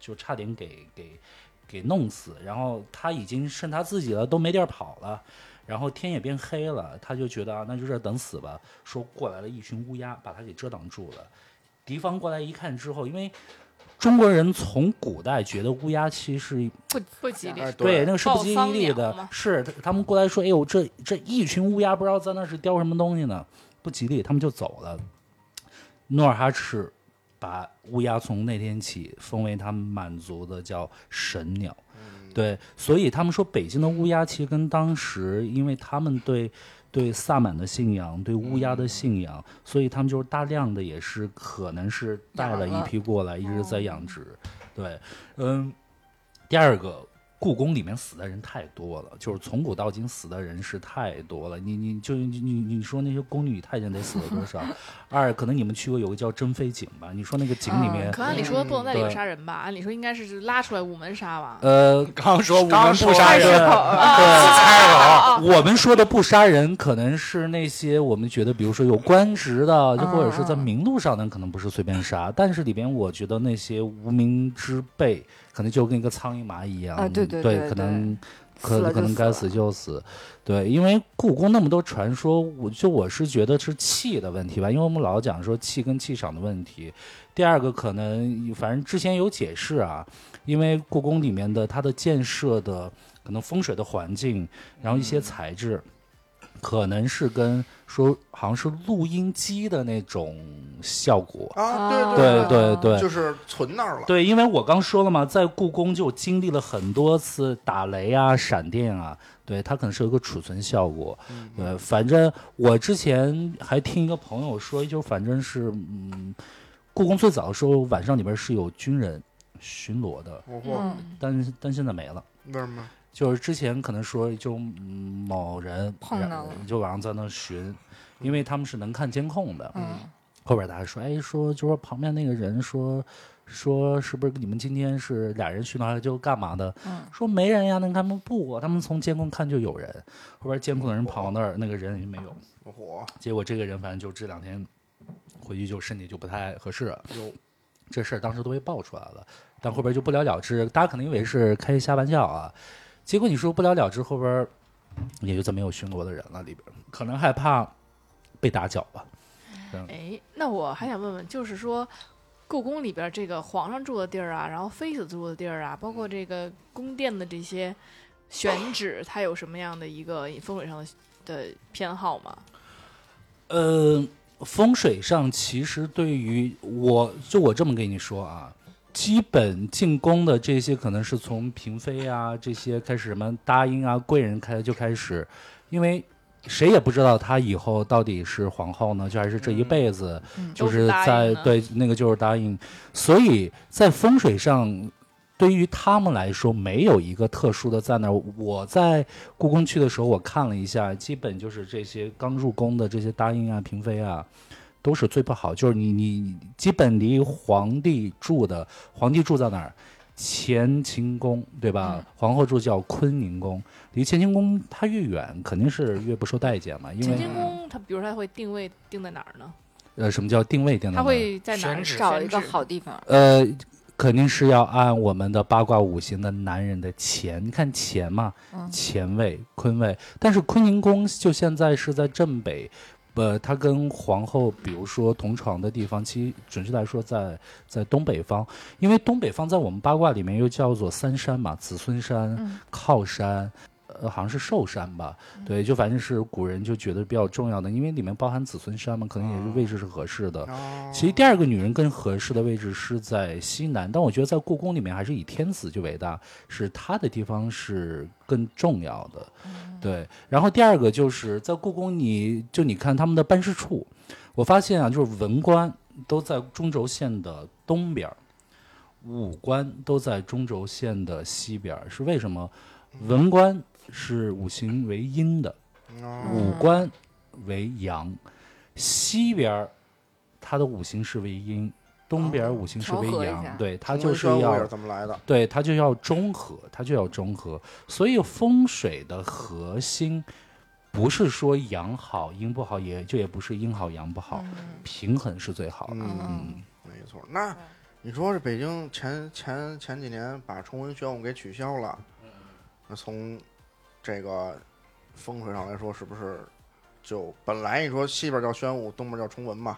就差点给给给弄死，然后他已经剩他自己了，都没地儿跑了，然后天也变黑了，他就觉得啊，那就这儿等死吧。说过来了一群乌鸦，把他给遮挡住了。敌方过来一看之后，因为中国人从古代觉得乌鸦其实是
不不吉利
哎，
对，那个是不
报
吉
丧
利
鸟
的
嘛，
是他他们过来说，哎呦，这这一群乌鸦不知道在那是叼什么东西呢，不吉利，他们就走了。努尔哈赤把乌鸦从那天起封为他们满族的叫神鸟，
嗯
对，所以他们说北京的乌鸦其实跟当时，因为他们对对萨满的信仰，对乌鸦的信仰，所以他们就是大量的也是可能是带了一批过来，一直在养殖。对，嗯，第二个，故宫里面死的人太多了，就是从古到今死的人是太多了。你你就你你你说那些宫女太监得死了多少？二，可能你们去过有个叫珍妃井吧？你说那个井里
嗯
面，
可按理说不能在里
对
边杀人吧？按理说应该是拉出来午门杀吧？
呃，
刚说我
刚
们
说
不杀
完
人，
啊
我们说的不杀人，可能是那些我们觉得，比如说有官职
啊
的，就或者是在名录上呢，可能不是随便杀。但是里边，我觉得那些无名之辈，可能就跟一个苍蝇蚂蚁一样，
啊对
对
对对
可能
死
可
了
可
就
能
死
该
了
死就死。对，因为故宫那么多传说，我就我是觉得是气的问题吧，因为我们老讲说气跟气场的问题。第二个可能，反正之前有解释啊，因为故宫里面的它的建设的可能风水的环境，然后一
嗯
些材质，可能是跟说好像是录音机的那种效果。
啊，对
哦
对
对
对对，
就是存那儿了。
对，因为我刚说了嘛，在故宫就经历了很多次打雷啊、闪电啊，对，它可能是有一个储存效果。
嗯
对，反正我之前还听一个朋友说，就反正是嗯，故宫最早的时候晚上里边是有军人巡逻的，
我嚯，
嗯，
但是但现在没了。
为什么？
就是之前可能说就嗯某人
碰
然
到了
就晚上在那巡，因为他们是能看监控的。
嗯，
后边大家说，哎，说就说旁边那个人说说是不是你们今天是俩人去哪儿就干嘛的？
嗯
说没人呀，那他们不，他们从监控看就有人。后边监控的人跑到那儿，那个人也没有。
我嚯，
结果这个人反正就这两天回去就身体就不太合适了，
哟
这事儿当时都被爆出来了，但后边就不了了之。大家可能以为是开一下玩笑啊，结果你说不了了之，后边儿也就再没有巡逻的人了，里边儿可能害怕被打搅吧。
哎，那我还想问问，就是说，故宫里边儿这个皇上住的地儿啊，然后妃子住的地儿啊，包
嗯
括这个宫殿的这些选址，它有什么样的一个风水上的的偏好吗？
呃，风水上其实对于我就我这么跟你说啊，基本进宫的这些可能是从嫔妃啊这些开始，什么答应啊贵人开就开始，因为。谁也不知道她以后到底是皇后呢，就还是这一辈子，
嗯
就
都是答应
在
呢
对那个就是答应，所以在风水上，对于他们来说没有一个特殊的在那儿。我在故宫去的时候，我看了一下，基本就是这些刚入宫的这些答应啊、嫔妃啊，都是最不好。就是你你你基本离皇帝住的，皇帝住在哪儿？乾清宫对吧？
嗯
皇后住叫坤宁宫，离乾清宫它越远，肯定是越不受待见嘛。因
乾
为
清宫它，比如说它会定位定在哪儿呢？
呃，什么叫定位定的？
它会在哪
选
儿
址
找一个
选址
好地方，
呃，肯定是要按我们的八卦五行的男人的钱，你看钱嘛，
嗯
乾位、坤位，但是坤宁宫就现在是在正北。呃，它跟皇后，比如说同床的地方，其实准确来说在在东北方，因为东北方在我们八卦里面又叫做三山嘛，子孙山、
嗯
靠山，呃，好像是寿山吧，对，就反正是古人就觉得比较重要的，因为里面包含子孙山嘛，可能也是位置是合适的。
啊，
呃其实第二个女人更合适的位置是在西南，但我觉得在故宫里面还是以天子最为大，是她的地方是更重要的。对，然后第二个就是在故宫你，就你看他们的办事处，我发现啊，就是文官都在中轴线的东边儿，武官都在中轴线的西边儿，是为什么？文官是五行为阴的，
嗯
啊
五官为阳，西边儿它的五行是为阴，东边儿五行是为
哦调和一
阳，
下
对，它
中
就
文
是
宣武也
要
是这么来的。
对它就要中和，它就要中和。所以风水的核心不是说阳好阴不好，也就也不是阴好阳不好，平衡是最好的。
嗯，
嗯，
没错。那你说是北京前前前几年把崇文宣武给取消了，那从这个风水上来说，是不是就本来你说西边叫宣武，东边叫崇文嘛？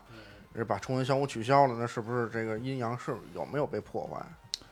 是把崇文宣武取消了，那是不是这个阴阳是有没有被破坏？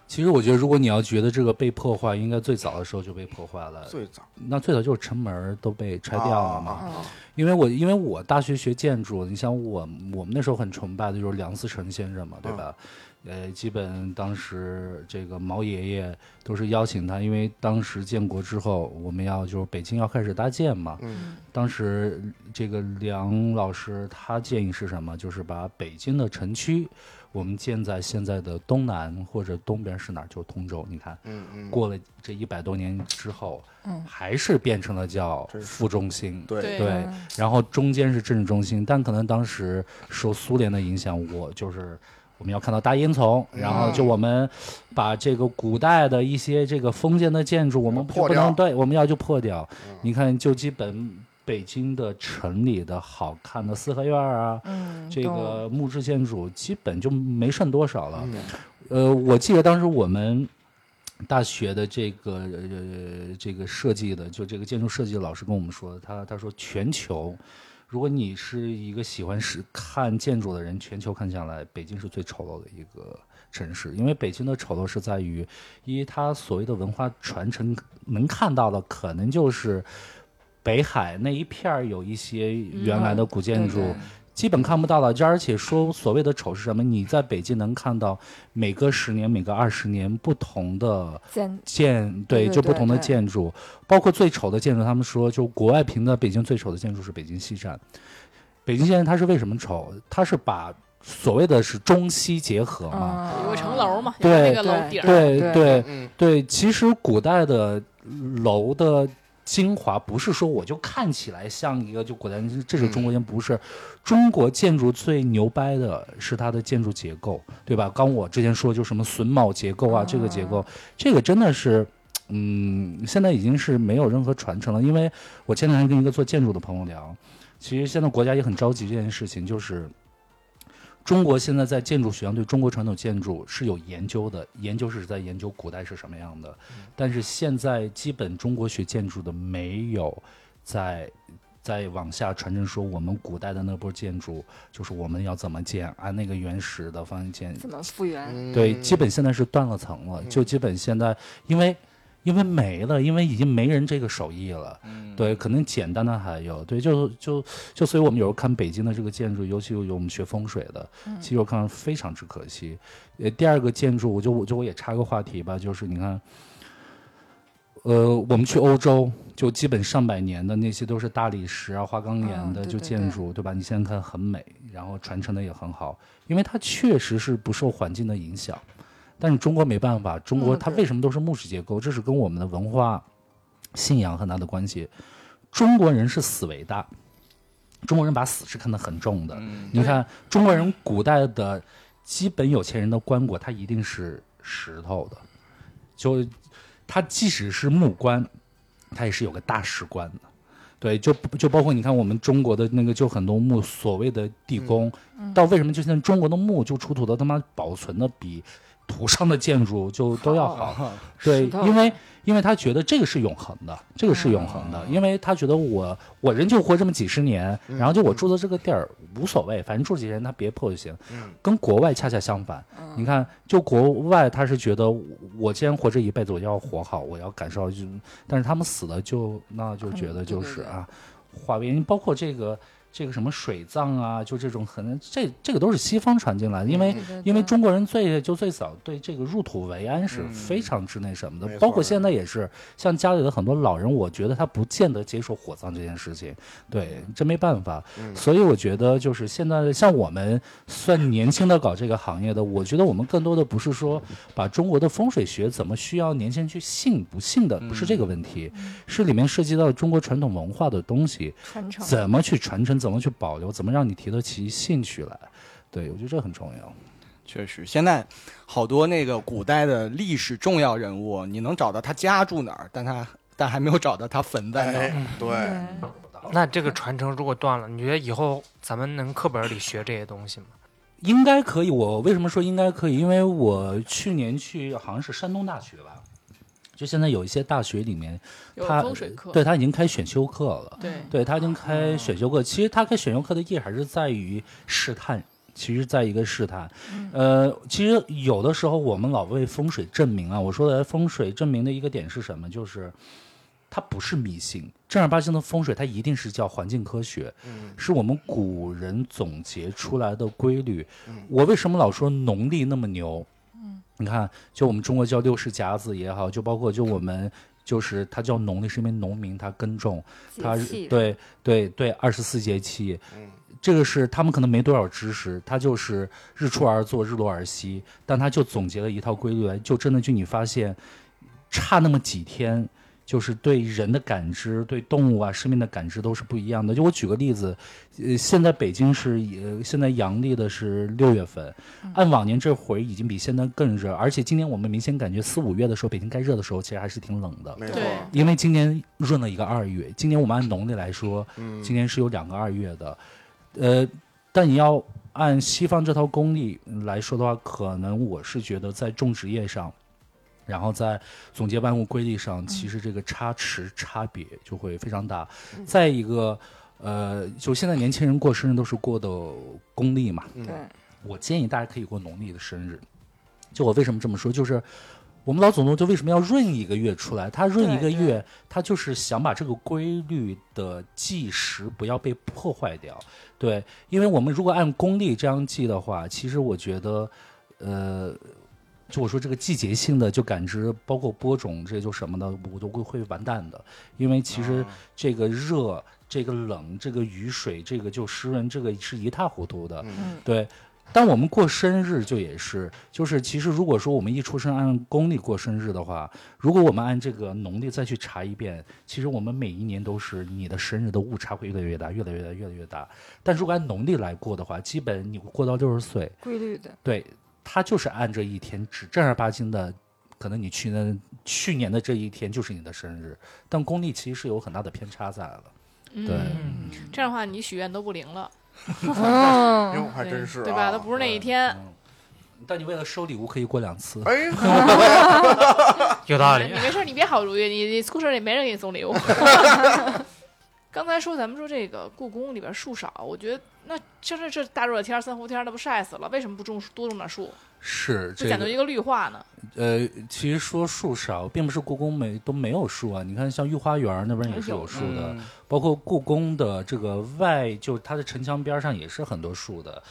其实我觉得，如果你要觉得这个被破坏，应该最早的时候就被破坏了。
最早
那最早就是城门儿都被拆掉了嘛。
啊
嗯哦
啊
因为我因为我大学学建筑，你像我我们那时候很崇拜的就是梁思成先生嘛，对吧？
嗯
呃，基本当时这个毛爷爷都是邀请他，因为当时建国之后，我们要就是北京要开始搭建嘛。
嗯
当时这个梁老师他建议是什么？就是把北京的城区，我们建在现在的东南或者东边是哪儿？就是通州。你看，
嗯嗯，
过了这一百多年之后，
嗯
还是变成了叫
真是
副中心。
对
对
对
嗯，
然后中间是政治中心，但可能当时受苏联的影响，我就是我们要看到大烟囱，然后就我们把这个古代的一些这个封建的建筑，我们
破
不能
掉
对，我们要就破掉。你看，就基本北京的城里的好看的四合院啊，
嗯，
这
懂了
个木质建筑基本就没剩多少了。
嗯
呃，我记得当时我们大学的这个呃这个设计的，就这个建筑设计的老师跟我们说，他他说全球，如果你是一个喜欢是看建筑的人，全球看下来，北京是最丑陋的一个城市，因为北京的丑陋是在于，一它所谓的文化传承能看到的，可能就是。北海那一片儿有一些原来的古建筑，
嗯对对
基本看不到了。这而且说所谓的丑是什么？你在北京能看到每隔十年、每隔二十年不同的
建
建，对，
对
就不
对
同的
对
建筑，包括最丑的建筑，他们说就国外评的北京最丑的建筑是北京西站。北京西站它是为什么丑？它是把所谓的是中西结合嘛。
嗯，
有个城楼嘛，有
对
个那个楼顶儿，
对
对
对
嗯，
对，其实古代的楼的精华不是说我就看起来像一个就古代这是中国建筑不是，中国建筑最牛掰的是它的建筑结构，对吧？刚我之前说就什么榫卯结构啊，这个结构，这个真的是。嗯，现在已经是没有任何传承了，因为我前两天跟一个做建筑的朋友聊，其实现在国家也很着急这件事情，就是中国现在在建筑学上对中国传统建筑是有研究的，研究是在研究古代是什么样的，但是现在基本中国学建筑的没有在在往下传承说我们古代的那波建筑就是我们要怎么建，按那个原始的方式建，
怎么嗯复原？
嗯
对，基本现在是断了层了，就基本现在因为因为没了，因为已经没人这个手艺了。
嗯
对，可能简单的还有，对，就就就，所以我们有时候看北京的这个建筑，尤其有我们学风水的，
嗯
其实我看非常之可惜。呃，第二个建筑，我就我就我也插个话题吧，就是你看，呃，我们去欧洲，就基本上百年的那些都是大理石啊、花岗岩
嗯
的
对
就
对
建
对
筑，对吧？你现在看很美，然后传承的也很好，因为它确实是不受环境的影响。但是中国没办法，中国
嗯
它
对
为什么都是木质结构？这是跟我们的文化信仰很大的关系。中国人是死为大，中国人把死是看得很重的。
嗯
你看中国人古代的基本有钱人的棺椁，它一定是石头的，就它即使是木棺，它也是有个大石棺的。对，就就包括你看我们中国的那个，就很多墓，所谓的地宫，到为什么就现在中国的墓就出土的他妈保存的比土上的建筑就都要好，对
石，头
因为因为他觉得这个是永恒的，这个是永恒的，因为他觉得我我人就活这么几十年，然后就我住的这个地儿无所谓，反正住几十年他别破就行。
嗯
跟国外恰恰相反，
嗯
你看，就国外他是觉得我我既然活这一辈子，我就要活好，我要感受到就是，但是他们死了就那就觉得
嗯对
就
对
是
对
啊，化为包括这个。这个什么水葬啊，就这种可能，这这个都是西方传进来的，因为
嗯对对
因为
对
中国人最就最早对这个入土为安
嗯
是非常之那什么的，
没错
包括现在也是，像家里的很多老人，我觉得他不见得接受火葬这件事情，对，这没办法。
嗯
嗯
所以我觉得就是现在像我们算年轻的搞这个行业的，我觉得我们更多的不是说把中国的风水学怎么需要年轻人去信不信的，不是这个问题，
嗯
是里面涉及到中国传统文化的东西，
传承
怎么去传承，怎么去保留，怎么让你提得起兴趣来。对，我觉得这很重要。
确实，现在好多那个古代的历史重要人物，你能找到他家住哪儿，但他但还没有找到他坟在哪儿。
哎，对，
对
那这个传承如果断了，你觉得以后咱们能课本里学这些东西吗？
应该可以。我为什么说应该可以？因为我去年去好像是山东大学吧，就现在有一些大学里面，
有
它
风水课，
对他已经开选修课了。
对
对他已经开选修课，其实他开选修课的意义还是在于试探，其实在一个试探。呃，其实有的时候我们老为风水证明啊，我说的风水证明的一个点是什么？就是它不是迷信，正儿八经的风水它一定是叫环境科学，
嗯
是我们古人总结出来的规律。
嗯
我为什么老说农历那么牛？你看，就我们中国叫六十甲子也好，就包括就我们就是它叫农历，是因为农民他耕种，他
节气
对对对，二十四节气，
嗯
这个是他们可能没多少知识，他就是日出而作，日落而息，但他就总结了一套规律来，就真的就你发现差那么几天。就是对人的感知，对动物啊、生命的感知都是不一样的。就我举个例子，呃，现在北京是呃，现在阳历的是六月份，按往年这会儿已经比现在更热，而且今年我们明显感觉四五月的时候，北京该热的时候其实还是挺冷的。
没错，
对
因为今年闰了一个二月，今年我们按农历来说，
嗯
今年是有两个二月的，呃，但你要按西方这套公历来说的话，可能我是觉得在种植业上，然后在总结万物规律上，其实这个差池差别就会非常大。再一个，呃，就现在年轻人过生日都是过的公历
嗯
嘛，
对
我建议大家可以过农历的生日。就我为什么这么说，就是我们老祖宗就为什么要闰一个月出来？他闰一个
对对
月，他就是想把这个规律的计时不要被破坏掉。对，因为我们如果按公历这样记的话，其实我觉得，呃，就我说这个季节性的就感知，包括播种这就什么的，我都会会完蛋的。因为其
哦
实这个热、这个冷、这个雨水、这个就湿润，这个是一塌糊涂的。
嗯
嗯，
对，但我们过生日就也是，就是其实如果说我们一出生按公历过生日的话，如果我们按这个农历再去查一遍，其实我们每一年都是你的生日的误差会越来越大，越来越大，越来越大。但如果按农历来过的话，基本你过到六十岁，
规律的，
对，它就是按这一天只正儿八经的。可能你去年去年的这一天就是你的生日，但公历其实是有很大的偏差在了。对
嗯，这样的话你许愿都不灵了，
因为
嗯，
还
对
真是、啊，
哎对吧？都不是那一天，
嗯，但你为了收礼物可以过两次。
哎，
嗯
有道理
嗯
嗯
你。没事儿，你别好主意，你你宿舍里没人给你送礼物。 刚才说咱们说这个故宫里边树少，我觉得那像这这大热天儿、三伏天儿，那不晒死了？为什么不种多种点树，
是
就
这
讲
个
究一个绿化呢？
呃，其实说树少，并不是故宫没都没有树啊。你看，像御花园那边也是有树的，
嗯
包括故宫的这个外，就它的城墙边上也是很多树的。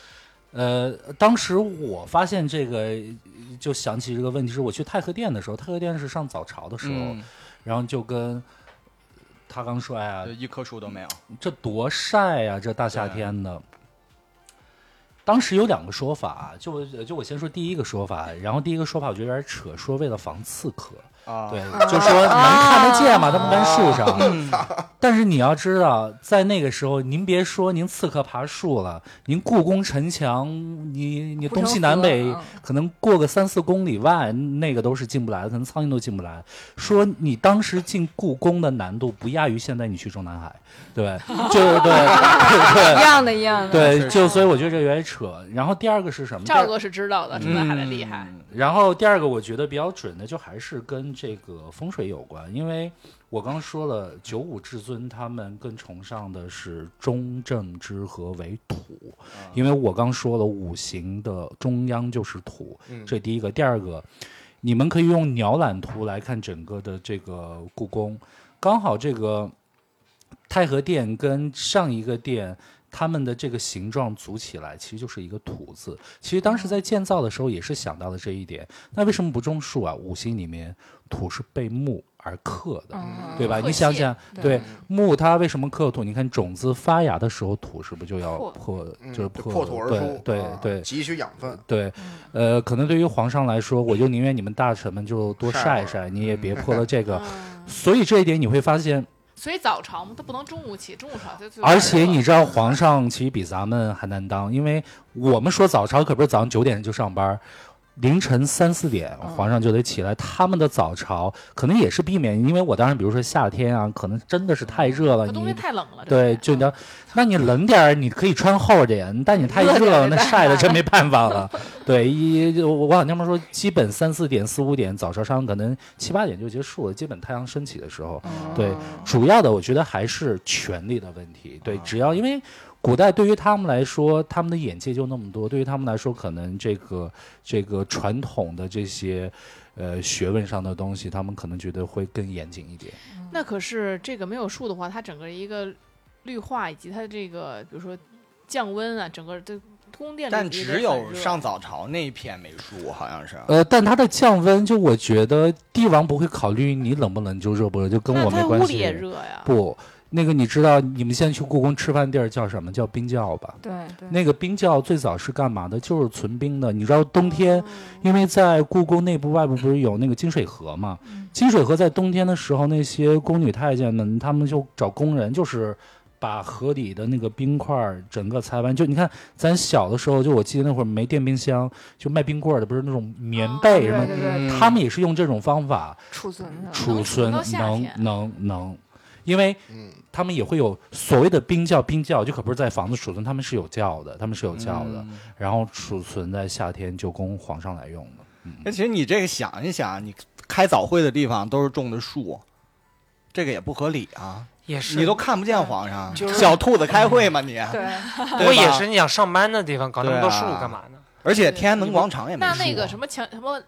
呃，当时我发现这个，呃就想起这个问题，是我去太和殿的时候，太和殿是哦上早朝的时候，
嗯，
然后就跟他刚说，哎呀
就，嗯一棵树都没有。
这多晒呀、这大夏天的。当时有两个说法，啊就我就我先说第一个说法，然后第一个说法我觉得有点扯，说为了防刺客，
啊，
对，就说能看得见吗？他们跟树上，但是你要知道，在那个时候，您别说您刺客爬树了，您故宫城墙，你你
护城
东西南北
河嗯
可能过个三四公里外，那个都是进不来的，可能苍蝇都进不来。说你当时进故宫的难度不亚于现在你去中南海， 对，就是
一
对
样的，一样的，
对
是
对，就所以我觉得这有点扯。然后第二个是什么？
赵哥是知道的，真的啊还得厉害。
嗯。
然后第二个我觉得比较准的，就还是跟这个风水有关，因为我刚说了，九五至尊他们更崇尚的是中正之和为土，
啊
因为我刚说了，五行的中央就是土，
嗯
这第一个。第二个，你们可以用鸟览图来看整个的这个故宫，刚好这个太和殿跟上一个殿。它们的这个形状组起来，其实就是一个土字。其实当时在建造的时候也是想到了这一点。那为什么不种树啊？五行里面土是被木而克的，
嗯，
对吧？
会
你想
泄
想，
对
对木它为什么克土？你看种子发芽的时候，土是不是就要
破
破，
嗯
就是
就
破
破土而出，
对
啊
对对
汲取养分，
对，呃，可能对于皇上来说，我就宁愿你们大臣们就多晒
晒会儿嗯
晒，你也别破了这个。
嗯，
所以这一点你会发现，
所以早朝嘛，它不能中午起，中午朝就最
而且你
晚
知道皇上其实比咱们还难当，因为我们说早朝可不是早上九点就上班儿，凌晨三四点
嗯
皇上就得起来。他们的早朝可能也是避免，因为我当然比如说夏天啊，可能真的是太热
了，
了，
它冬天嗯
你
太冷了。
对
真的
就你
啊
要，那你冷点儿你可以穿厚点，但你太
热
热
点
了，
儿
那
没办
晒的
法
真没办法 了。对，一我我好像他们说，基本三四点、四五点早朝上可能七八点就结束了，基本太阳升起的时候。
哦
对，主要的我觉得还是权力的问题。
哦
对，只要因为古代对于他们来说，他们的眼界就那么多，对于他们来说，可能这个这个传统的这些呃学问上的东西，他们可能觉得会更严谨一点。
那可是这个没有树的话，它整个一个绿化以及它的这个，比如说降温啊，整个这宫殿里
但
也
只
得很
有
热
上早朝那一片没树，好像是。
呃，但它的降温，就我觉得帝王不会考虑你冷不冷就热不热，就跟
那
我没
它
关
屋里
系。
也热啊呀。
不，那个你知道，你们现在去故宫吃饭地儿叫什么？叫冰窖吧。
嗯对对，
那个冰窖最早是干嘛的？就是存冰的。你知道冬天，
嗯
因为在故宫内部、外部不是有那个金水河嘛？
嗯
金水河在冬天的时候，那些宫女太监们，他们就找工人，就是把河里的那个冰块儿整个裁完。就你看，咱小的时候，就我记得那会儿没电冰箱，就卖冰棍儿的，不是那种棉
对
被什么
哦对。对，
呃他们也是用这种方法
储存的，
储
储
存，
到夏
能
天
能能，因为
嗯，
他们也会有所谓的冰窖，冰窖就可不是在房子储存，他们是有窖的，他们是有窖的，
嗯
嗯
然后储存在夏天就供皇上来用的。
那哎其实你这个想一想，你开早会的地方都是种的树，这个也不合理啊！
也是，
你都看不见皇上，
就是
小兔子开会嘛你？
对，
对
我也
吧啊
是，。你想上班的地方搞那么多树干嘛呢？
而且天安门广场也没
那
树
那个什么墙什么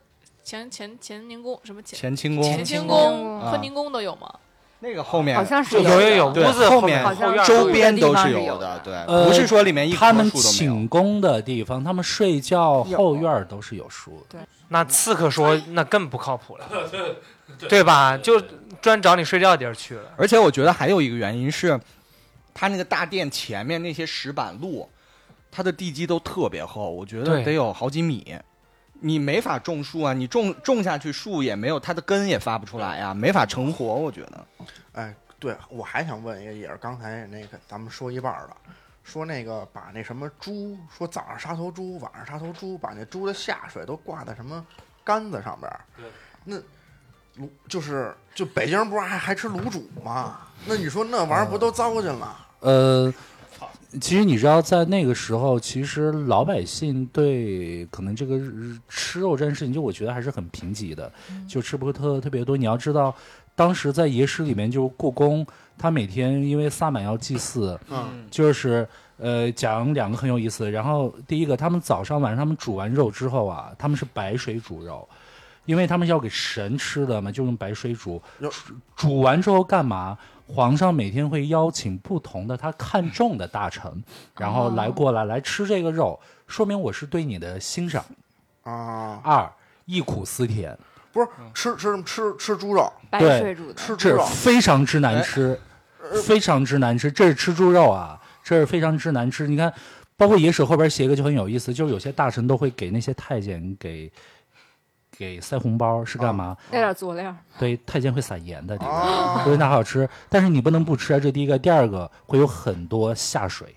乾乾乾宁宫什么乾
乾清宫
乾清
清
宫、
宫
啊
坤宁宫都有吗？
那个后面
好像是
有有有
有
有
的
对
屋子
后面
面
好
后
像
院儿
周
都有
边都
有的地
有
方是有
的
的，
对，
呃
不是说里面一
他
棵
们
树都没
寝
有。
宫的地方，他们睡觉
有
后院儿都是有啊树的。
那刺客说那更不靠 谱了，对吧？就专找你睡觉的地儿去了。
而且我觉得还有一个原因是，他那个大殿前面那些石板路，它的地基都特别厚，我觉得
对
得有好几米。你没法种树啊，你种种下去树也没有，它的根也发不出来呀、啊没法成活。我觉得
哎，对，我还想问一个，也是刚才那个咱们说一半儿的，说那个把那什么猪，说早上杀头猪，晚上杀头猪，把那猪的下水都挂在什么杆子上边儿
对。
那卤就是就北京人不是还还吃卤煮吗？那你说那玩意儿
嗯
不都糟践了？
呃，其实你知道，在那个时候，其实老百姓对可能这个日吃肉这件事情，就我觉得还是很贫瘠的，就吃不会特特别多。你要知道，当时在野史里面，就是故宫，他每天因为萨满要祭祀，
嗯，
就是呃讲两个很有意思。然后第一个，他们早上晚上他们煮完肉之后啊，他们是白水煮肉，因为他们要给神吃的嘛，就用白水煮
哟。
煮完之后干嘛？皇上每天会邀请不同的他看中的大臣，然后来过来来吃这个肉，说明我是对你的欣赏。
嗯
啊，
二忆苦思甜，
不是吃吃吃吃猪肉，
白
对
水煮的，
吃猪
这
肉，呃
非常之难
哎
吃，非常之难吃。这是吃猪肉啊，这是非常之难吃。你看，包括野史后边写一个就很有意思，就是有些大臣都会给那些太监给给塞红包，是干嘛？
带点佐料。
对，太监会撒盐的，这个
啊
所以那好吃。但是你不能不吃啊，这第一个，第二个会有很多下水。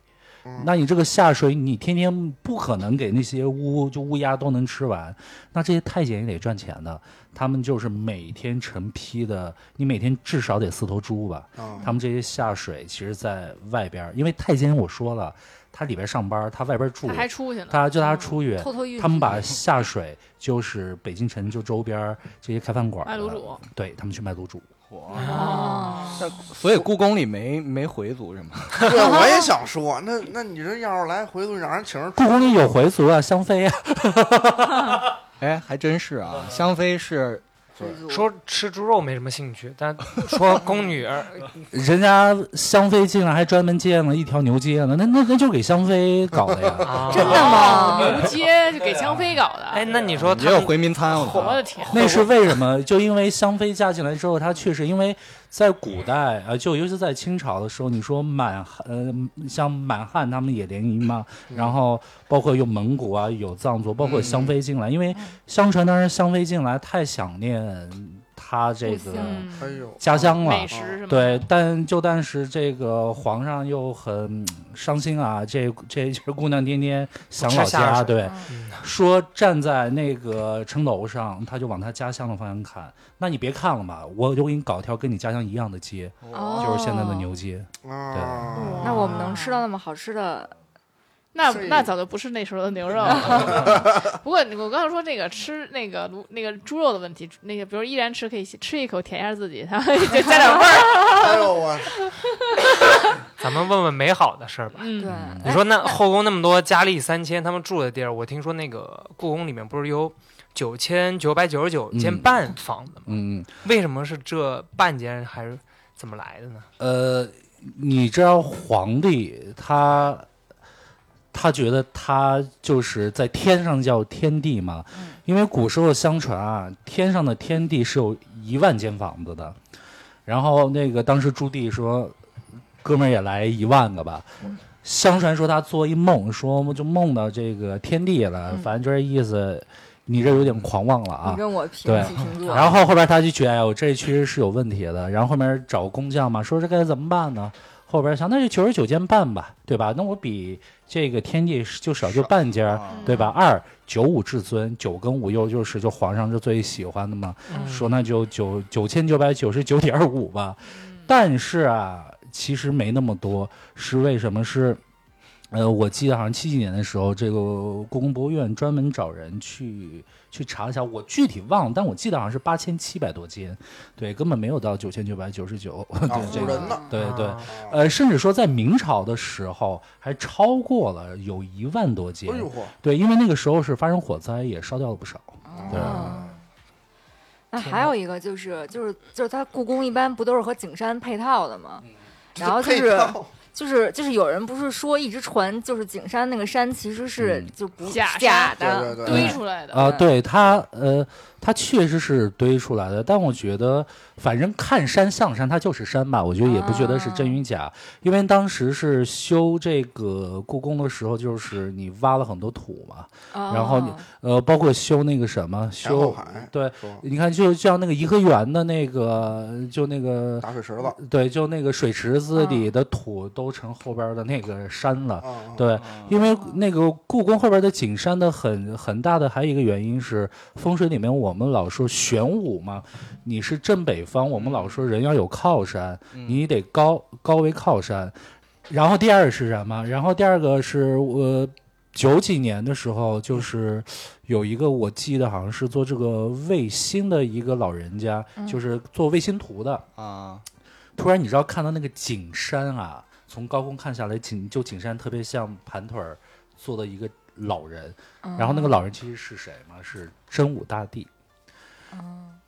那你这个下水，你天天不可能给那些乌就乌鸦都能吃完，那这些太监也得赚钱的，他们就是每天成批的，你每天至少得四头猪吧。
啊
他们这些下水，其实在外边儿，因为太监我说了，他里边上班，他外边住
他，还出去呢。嗯
他就他出去，
偷偷运
他们
进
把下水就是北京城就周边儿这些开饭馆
卖卤
的
煮，
对他们去卖卤煮。
火，
啊
哦，
但所以故宫里没没回族是吗？
对，我也想说，那那你这要是来回族，让人请人
故宫里有回族啊，香妃啊，
哎，还真是啊，香妃是
水煮
说吃猪肉没什么兴趣，但说宫女儿
人家香妃进来还专门建了一条牛街呢，那那那就给香妃搞的呀。
啊，
真的吗？嗯
牛街就给香妃搞的，
哎，，那你说
也
他
有
们
回民餐，我
我
操
的天，
那是为什么？就因为香妃嫁进来之后，她确实因为在古代，呃，就尤其在清朝的时候，你说满汉，呃，像满汉他们也联谊嘛，
嗯
然后包括有蒙古啊，有藏族，包括香妃进来，因为相传当时香妃进来太想念她这个
故乡
哎
嗯，
呦，
家乡了，
美食什么的
对，但就但是这个皇上又很伤心啊，这这这姑娘天天想老
吃下
家，
水
对，
嗯
说站在那个城楼上，他就往他家乡的方向看。那你别看了嘛，我就给你搞条跟你家乡一样的街，
哦
就是现在的牛街。
啊，
嗯那我们能吃到那么好吃的，
那
所以
那早就不是那时候的牛肉 了。不过我刚才说那个吃那个卤那个猪肉的问题，那个比如依然吃可以吃一口填一下自己，然后就加点味儿。
哎 呦我，
咱们问问美好的事儿吧。
嗯
对，啊哎
你说那后宫那么多佳丽三千，他们住的地儿，我听说那个故宫里面不是有九千九百九十九间
嗯
半房的吗？
嗯，
为什么是这半间还是怎么来的呢？
呃，你知道皇帝他他觉得他就是在天上叫天帝嘛，因为古时候相传啊，天上的天帝是有一万间房子的，然后那个当时朱棣说，哥们儿也来一万个吧。相传说他做一梦，说就梦到这个天帝了，反正就这意思。你这有点狂妄了啊！
你跟我平
对
起平坐。
然后后边他就觉得，哎呦，这确实是有问题的。然后后面找工匠嘛，说这该怎么办呢？后边想，那就九十九间半吧，对吧？那我比这个天地就少就半间儿，
嗯
对吧？二九五至尊，九跟五又就是就皇上是最喜欢的嘛，说那就九九千九百九十九点五吧。
嗯
但是啊，其实没那么多，是为什么是？呃，我记得好像七几年的时候，这个故宫博物院专门找人去去查一下，我具体忘了，但我记得好像是八千七百多间，对，根本没有到九千九百九十九，
啊
对这
唬
个，
人呢，
对对，
啊
呃，甚至说在明朝的时候还超过了有一万多间
哎，呦嚯，嗯
对，因为那个时候是发生火灾，也烧掉了不少，对。
哦那
挺
还
好
有一个就是就是就是它故宫一般不都是和景山配套的吗？
嗯
然后就
配
是
套
就是就是有人不是说一直传就是景山那个山其实是
嗯
就不
假
假
对
的，
对
堆
对，
出来的。
啊、对它，呃，它确实是堆出来的，但我觉得，反正看山像山，它就是山吧，我觉得也不觉得是真与假，因为当时是修这个故宫的时候，就是你挖了很多土嘛，然后你
哦
呃，包括修那个什么
前后
修，
海
对，
说
你看就像那个颐和园的那个，就那个，
打水池子啊
对，就那个水池子里的土都成后边的那个山了，
啊，啊，
呃对，因为那个故宫后边的景山的很很大的还有一个原因是风水里面我们老说玄武嘛，你是正北方，我们老说人要有靠山，
嗯
你得高高为靠山。然后第二是什么？然后第二个是我、呃九几年的时候，就是有一个我记得好像是做这个卫星的一个老人家，
嗯
就是做卫星图的，
啊，
突然你知道看到那个景山啊，从高空看下来，景就景山特别像盘腿儿坐的一个老人，然后那个老人其实是谁嘛？是真武大帝。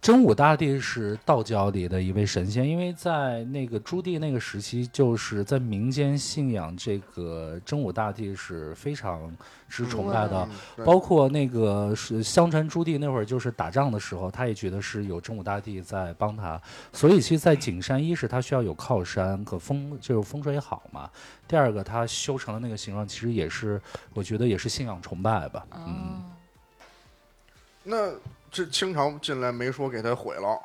真武大帝是道教里的一位神仙，因为在那个朱棣那个时期，就是在民间信仰这个真武大帝是非常之崇拜的。
嗯，对
包括那个是呃相传朱棣那会儿，就是打仗的时候，他也觉得是有真武大帝在帮他，所以其实，在景山，一是他需要有靠山，可风就是风水好嘛；第二个，他修成了那个形状，其实也是我觉得也是信仰崇拜吧。嗯，
哦
那这清朝进来没说给他毁了，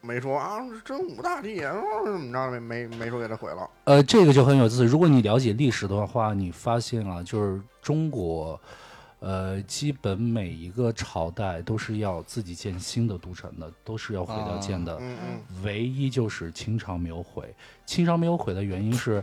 没说啊，这真武大帝啊怎么着，没没没说给他毁了。
呃，这个就很有意思。如果你了解历史的话，你发现啊，就是中国。呃，基本每一个朝代都是要自己建新的都城的，都是要毁掉建的。
嗯嗯，
唯一就是清朝没有毁。清朝没有毁的原因是，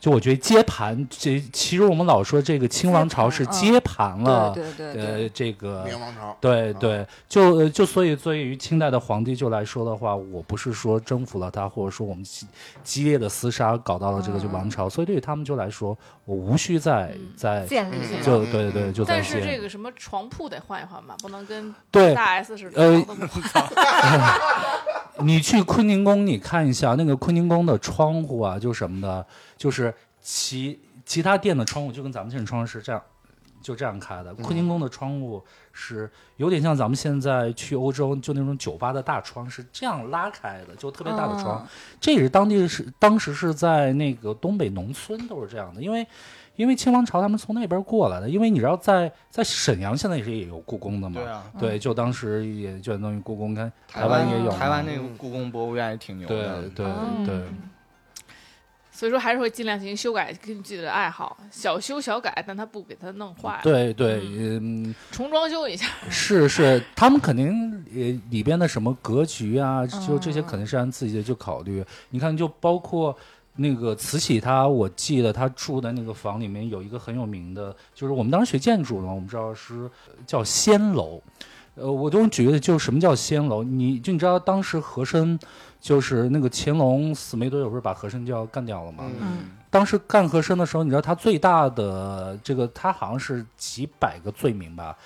就我觉得接盘，这其实我们老说这个清王朝是接盘了，
对嗯对对
呃，
对，
这个
明王朝，
对
嗯
啊
对，就呃就所以对于清代的皇帝就来说的话，我不是说征服了他，或者说我们激激烈的厮杀搞到了这个就王朝，所以对于他们就来说，我无需再
嗯
再
建立
嗯
起来
呃就对对就再
但是
见，
这个什么床铺得换一换吧，不能跟
对
大 S 似的，
呃
床都不换
你去坤宁宫，你看一下那个坤宁宫的窗户啊，就什么的，就是其其他店的窗户就跟咱们现在窗户是这样，就这样开的。
嗯
坤宁宫的窗户是有点像咱们现在去欧洲就那种酒吧的大窗，是这样拉开的，就特别大的窗。
哦
嗯
这也是当地是当时是在那个东北农村都是这样的，因为因为清王朝他们从那边过来的，因为你知道在在沈阳现在也是也有故宫的嘛
对。啊，
对，就当时也就相当于故宫跟台
湾
湾也有嘛，
台湾那个故宫博物院也挺牛的
对，对
嗯
对，
所以说还是会尽量进行修改，根据自己的爱好小修小改，但他不给它弄坏，
对对，嗯，
重装修一下。
是是，他们肯定也里边的什么格局啊，就这些肯定是按自己的去考虑。你看，就包括那个慈禧，她我记得她住的那个房里面有一个很有名的，就是我们当时学建筑的嘛，我们知道是呃叫仙楼。呃，我就举个，就什么叫仙楼？你就你知道当时和珅就是那个乾隆死没多久，不是把和珅就要干掉了吗？
嗯
当时干和珅的时候，你知道他最大的这个，他好像是几百个罪名吧。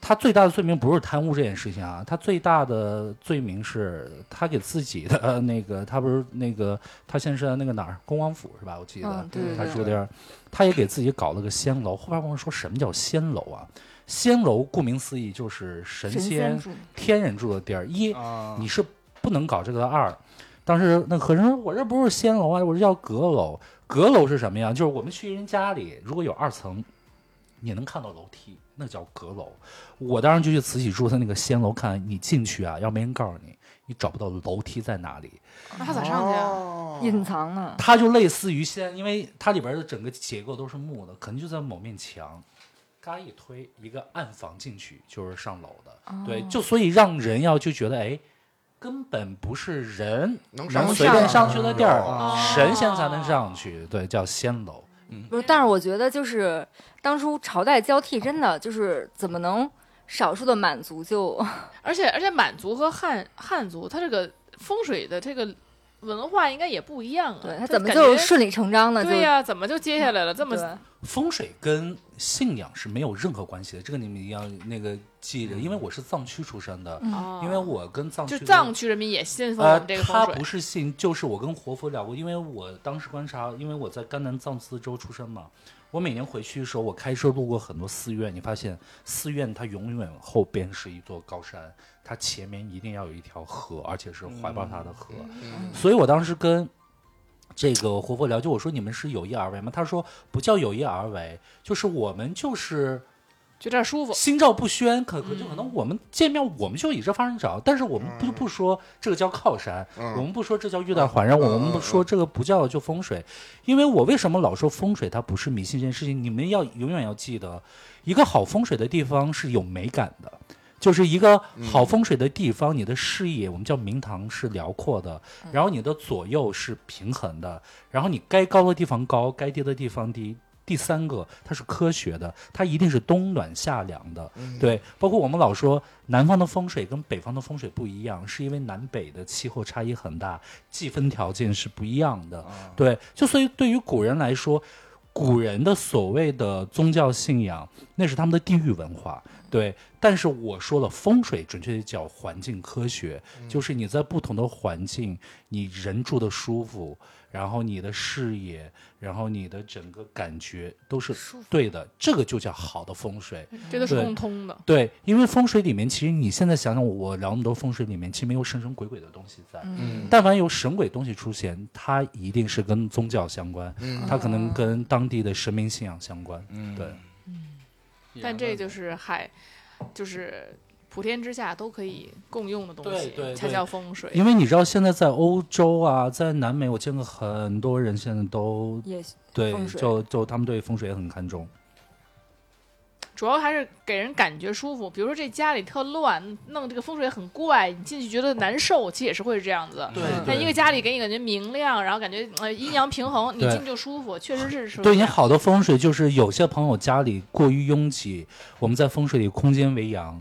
他最大的罪名不是贪污这件事情啊，他最大的罪名是他给自己的呃那个，他不是那个，他先是在那个哪儿，恭王府是吧？我记得，
嗯对对
他
对
住的地儿，他也给自己搞了个仙楼。后边我们说什么叫仙楼啊？仙楼顾名思义就是神
神
仙
仙住
天人住的地儿。
嗯
一，
啊，
你是不能搞这个的。二，当时那和珅说：“我这不是仙楼啊，我这叫阁楼。阁楼是什么呀？就是我们去人家里，如果有二层，你能看到楼梯，那叫阁楼。我当时就去慈禧住的那个仙楼看，你进去啊，要没人告诉你，你找不到楼梯在哪里。
那他咋上去啊？
哦
隐藏的，
它就类似于仙，因为它里边的整个结构都是木的，可能就在某面墙，嘎一推，一个暗房进去就是上楼的。
哦
对，就所以让人要就觉得，哎，根本不是人
能
能
上
随便上去的地儿，
哦
神仙才能上去，对，叫仙楼。
不是，但是我觉得就是当初朝代交替，真的就是怎么能少数的满族就
而且而且满族和汉汉族，他这个风水的这个文化应该也不一样啊。
对他
就
怎么
感
就
觉
顺理成章呢？就
对呀、怎么就接下来了？这么啊
对
风水跟信仰是没有任何关系的，这个你们一定要那个记着，因为我是藏区出身的，
哦
嗯因为我跟藏区
就
的
藏区人民也信奉我
呃
们这个，
他
风水
不，是信，就是我跟活佛聊过，因为我当时观察，因为我在甘南藏丝州出生嘛，我每年回去的时候，我开车路过很多寺院，你发现寺院它永远后边是一座高山，它前面一定要有一条河，而且是怀抱它的河，
嗯
所以我当时跟。这个活佛聊，就我说你们是有意而为吗？他说不叫有意而为，就是我们就是
就这儿舒服。
心照不宣，可可就可能我们见面我们就以这方式找，但是我们不
嗯
不说这个叫靠山，
嗯
我们不说这叫欲戴还然，我们不说这个不叫就风水，因为我为什么老说风水它不是迷信这件事情，你们要永远要记得，一个好风水的地方是有美感的。就是一个好风水的地方，你的视野我们叫明堂是辽阔的，然后你的左右是平衡的，然后你该高的地方高，该低的地方低。第三个，它是科学的，它一定是冬暖夏凉的，
嗯
对。包括我们老说南方的风水跟北方的风水不一样，是因为南北的气候差异很大，计分条件是不一样的，对。就所以对于古人来说，古人的所谓的宗教信仰，那是他们的地域文化，对。但是我说了，风水准确地叫环境科学，就是你在不同的环境，你人住的舒服，然后你的视野，然后你的整个感觉都是对的，这个就叫好的风水。
这都是
对
共通的，
对，因为风水里面，其实你现在想想，我聊那么多风水里面，其实没有神神鬼鬼的东西在。
嗯
但凡有神鬼东西出现，它一定是跟宗教相关，
嗯
它可能跟当地的神明信仰相关。
嗯
对，
但这就是海，就是普天之下都可以共用的东西，
对对
才
对
叫风水。
因为你知道，现在在欧洲啊，在南美，我见过很多人现在都
也
对
风，水
就就他们对风水也很看重。
主要还是给人感觉舒服。比如说这家里特乱，弄这个风水很怪，你进去觉得难受，其实也是会是这样子。
对
那一个家里给你感觉明亮，然后感觉呃阴阳平衡，你
对
进去就舒服，确实是是
对你好的风水就是有些朋友家里过于拥挤，我们在风水里空间为阳，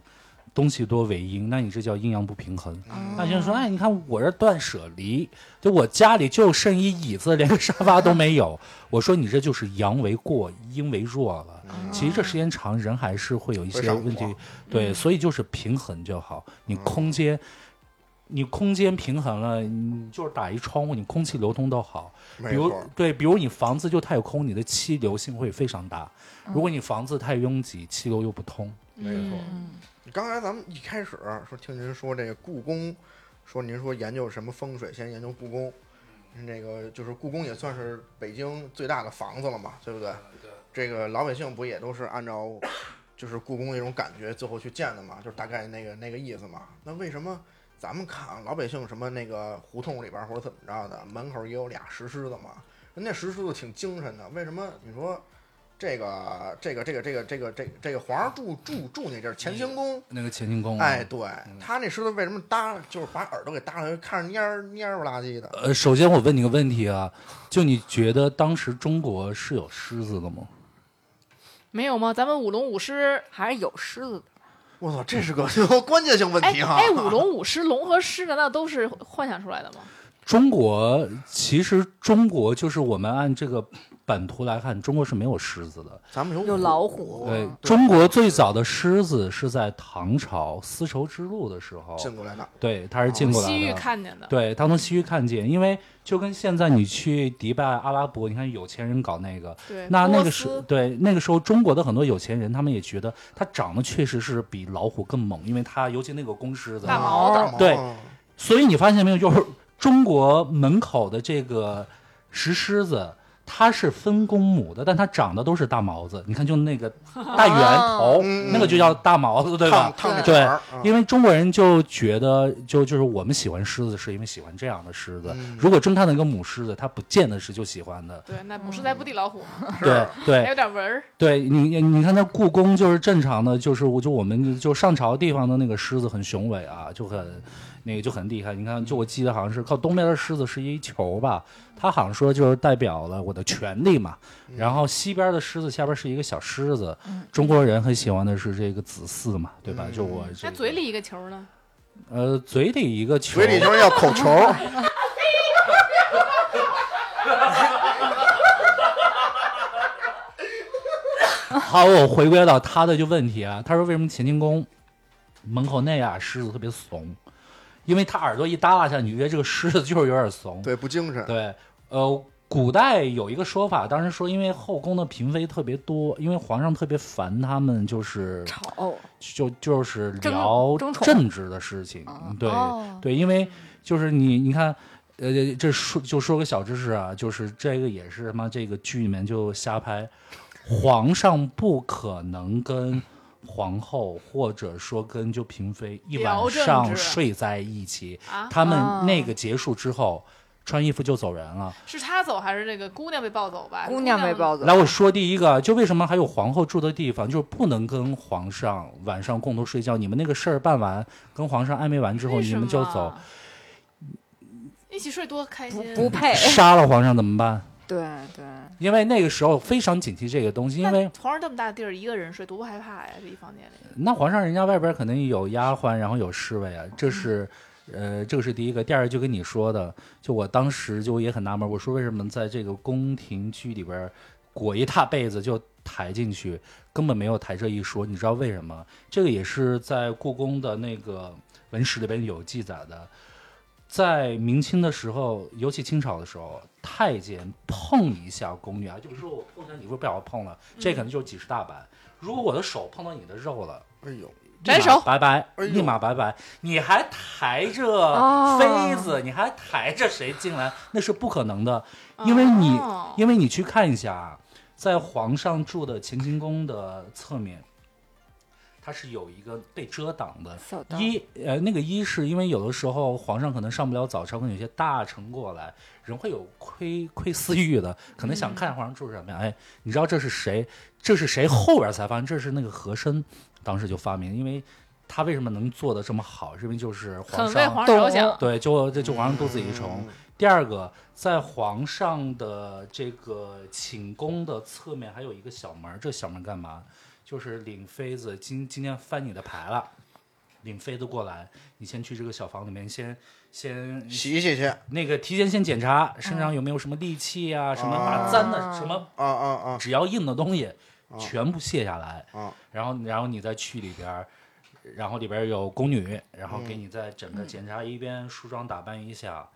东西多为阴，那你这叫阴阳不平
嗯
衡。那有些人说，哎，你看我这断舍离，就我家里就剩一椅子，连个沙发都没有。 我说你这就是阳为过，阴为弱了。其实这时间长，人还是会有一
嗯会
些
上火嗯
问题。对，所以就是平衡就好。你空间，你空间平衡了，你就是打一窗户，你空气流通都好。
没
比如
错，
对，比如你房子就太空，你的气流性会非常大。如果你房子太拥挤，气流又不通。
没错。
嗯
刚才咱们一开始说听您说这个故宫，说您说研究什么风水，先研究故宫。那个就是故宫也算是北京最大的房子了嘛，对不对？这个老百姓不也都是按照就是故宫那种感觉最后去建的嘛，就是大概那个那个意思嘛。那为什么咱们看老百姓什么那个胡同里边或者怎么着的，门口也有俩石狮子嘛？人家石狮子挺精神的，为什么你说这个这个这个这个这个这个这个皇上住住住那地儿
哎
乾清宫？
那个乾清宫、啊，
哎，，对他那狮子为什么搭，就是把耳朵给搭上，看着蔫儿蔫儿不拉几的。
呃，首先我问你个问题啊，就你觉得当时中国是有狮子的吗？
没有吗？咱们舞龙舞狮，
还是有狮子的。啊
我操，这是个 关键性问
哎
题啊哈！
哎， 舞龙舞狮，龙和狮难道都是幻想出来的吗？
中国其实中国就是我们按这个版图来看，中国是没有狮子的。
咱们有
有老虎
对，中国最早的狮子是在唐朝丝绸之路的时候，
进过来的，
对，它是进过来的。
哦西域看见的，
对他从西域看见，因为就跟现在你去迪拜、阿拉伯，你看有钱人搞那个，
对
那
波
那
斯
个时对那个时候中国的很多有钱人，他们也觉得它长得确实是比老虎更猛，因为它尤其那个公狮子，
大毛子
啊毛
对所以你发现没有，就是中国门口的这个石狮子。它是分公母的，但它长得都是大毛子。你看，就 那个大圆头，
嗯
那个就叫大毛子，对吧？
烫烫那
对
卷儿，嗯
因为中国人就觉得，就就是我们喜欢狮子，是因为喜欢这样的狮子。
嗯
如果真看到一个母狮子，它不见得是就喜欢的。
对，那不
嗯
是在不地老虎，
对
还有
对
点纹儿，
对，你你看那故宫就是正常的，就是我就我们就上朝地方的那个狮子很雄伟啊，就很那个就很厉害。你看，就我记得好像是靠东边的狮子是一球吧，它好像说就是代表了我的权利嘛。然后西边的狮子下边是一个小狮子，中国人很喜欢的是这个子嗣嘛，对吧？就我这
那
个
嘴里一个球呢？
嗯
呃嘴里一个球，
嘴里就是要口球，
好，我回归到他的就问题啊，他说为什么乾清宫门口那啊狮子特别怂？因为他耳朵一耷拉下，你就觉得这个狮子就是有点怂。
对，不精神。
对，呃，古代有一个说法，当时说因为后宫的嫔妃特别多，因为皇上特别烦他们，就是
吵，
就就是
争
聊
争宠
政治的事情
啊。
对
哦
对，因为就是你你看。呃，这说就说个小知识啊，就是这个也是他妈这个剧里面就瞎拍，皇上不可能跟皇后或者说跟就嫔妃一晚
聊政
上
治
睡在一起，
啊，
他
啊
们那个结束之后，穿衣服就走人了。
是他走还是那个姑娘被抱走吧？
姑娘被抱走
来，，我说第一个，就为什么还有皇后住的地方，就是不能跟皇上晚上共同睡觉。你们那个事儿办完，跟皇上暧昧完之后，
为什
你
么
们就走，。。
一起睡多开
不
心！
不配
杀了皇上怎么办？
对对，
因为那个时候非常警惕这个东西，因为
那皇上这么大地儿，一个人睡多害怕呀！这一房间里，
那皇上人家外边肯定有丫鬟，然后有侍卫啊，这是。呃，这个是第一个，第二个就跟你说的，就我当时就也很纳闷，我说为什么在这个宫廷剧里边裹一大被子就抬进去，根本没有抬这一说，你知道为什么？这个也是在故宫的那个文史里边有记载的，在明清的时候，尤其清朝的时候，太监碰一下宫女啊，就比如说我碰一下你，不不要碰了，这可能就是几十大板。如果我的手碰到你的肉了。
哎呦，
斩
立马
首
拜拜，
哎呦
立马拜拜！你还抬着
哦
妃子，你还抬着谁进来？那是不可能的，因为你，
哦
因为你去看一下啊，在皇上住的乾清宫的侧面，它是有一个被遮挡的。
小道
一呃，那个一是因为有的时候皇上可能上不了早朝，可能有些大臣过来，人会有窥窥私欲的，可能
嗯
想看皇上住什么样。哎，你知道这是谁？这是谁？后边才发现这是那个和珅，当时就发明，因为他为什么能做的这么好，是因为就是皇
很为
上
皇上着想
懂。
对，就这就皇上肚子一
嗯
虫。第二个，在皇上的这个寝宫的侧面还有一个小门儿，这小门儿干嘛？就是领妃子今今天翻你的牌了，领妃子过来，你先去这个小房里面先先
洗洗去啊
那个提前先检查身上有没有什么利器啊，什么打簪的、什么
啊啊！
只要硬的东西全部卸下来，
啊
然后然后你再去里边儿，然后里边儿有宫女，然后给你再整个检查一遍，梳妆打扮一下，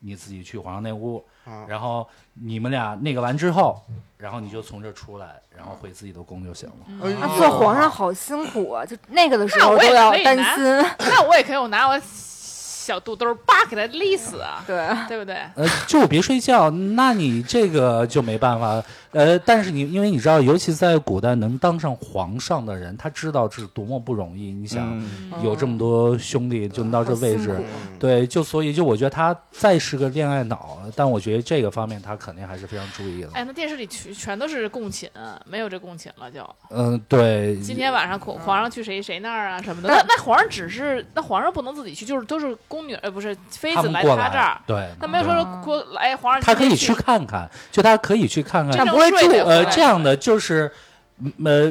你自己去皇上那屋，
啊
然后你们俩那个完之后，然后你就从这出来，然后回自己的宫就行了。
哎呦
那
啊
做皇上好辛苦啊！就那个的时候
那我
都
也
要
可以
担
拿
心，
那我也可以，我拿我小肚兜儿叭给他勒死啊，
对，
对不对？
呃，就别睡觉，那你这个就没办法。呃，但是你因为你知道，尤其在古代，能当上皇上的人，他知道这是多么不容易。你想，
嗯，
有这么多兄弟，就能到这位置，
好辛苦
嗯
对，就所以就我觉得他再是个恋爱脑，但我觉得这个方面他肯定还是非常注意的。
哎，那电视里全全都是共寝，啊没有这共寝了就。
嗯，对，
今天晚上皇皇上去谁谁那儿啊什么的，那那皇上只是那皇上不能自己去，就是都是宫女呃不是妃
他
子
们
来
过
他
来
这儿，
对，
他没有说
嗯
说来皇上
他
今
可
天
以去看看，就他可以去看
真
看。
但
正
不会
睡
住
得回
呃，
来
这样的就是，嗯呃，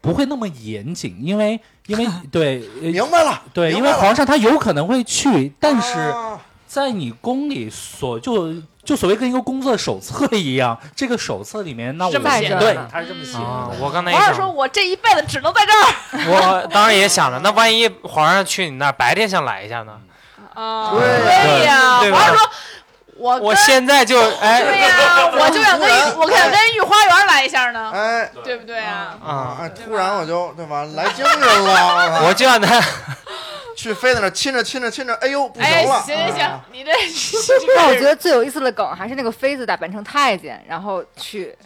不会那么严谨，因为因为对呃
明白了，
对，
明
因
白
为
了
皇上他有可能会去，但是
啊
在你宫里所就。就所谓跟一个工作手册一样，这个手册里面，那我
这么
写的
对
呢，
他是这么写的。
啊，
哦
我刚才也
皇上
想
说，我这一辈子只能在这儿
我当时也想着，那万一皇上去你那儿白天想来一下呢？
啊，
对
对呀，
对
皇
吧
上说，我
我
跟
现在就
对
哎
呀，我就想跟
哎
我想跟御花园来一下呢，
哎
对不对啊？
啊！
啊，
哎突然我就对吧，来精神 了，
我就让他
去妃子那儿亲着亲着亲着，哎呦，不
哎，
行了，
行行行
啊，，
你这
但我觉得最有意思的梗还是那个妃子打扮成太监，然后去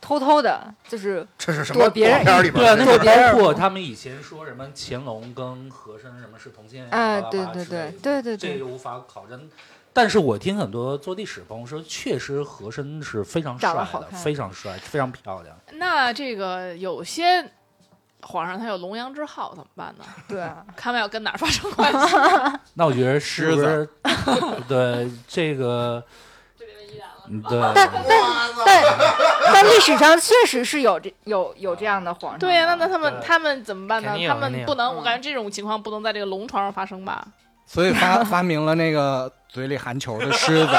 偷偷的，就是
这是什么
躲别人
片儿里边
对啊，
儿的？
那个
别人
包括他们以前说什么乾隆跟和珅什么是同性恋，
哎，
巴拉
对
巴拉
对
之类
对
的
对对
这个
对，
就无法考证。但是我听很多做历史朋友说，确实和珅是非常帅
长得好
的，
看
非常帅，非常漂亮。
那这个有些皇上他有龙阳之好怎么办呢？
对啊，
看没有跟哪儿发生关系？
那我觉得是不是 对这个，嗯对，
但但但但历史上确实是有这有有这样的皇上的，
对啊呀、那那他们
对
他们怎么办呢
肯定？有
他
肯定
们
有
不能，
嗯
我感觉这种情况不能在这个龙床上发生吧？
所以发发明了那个嘴里含球的狮子，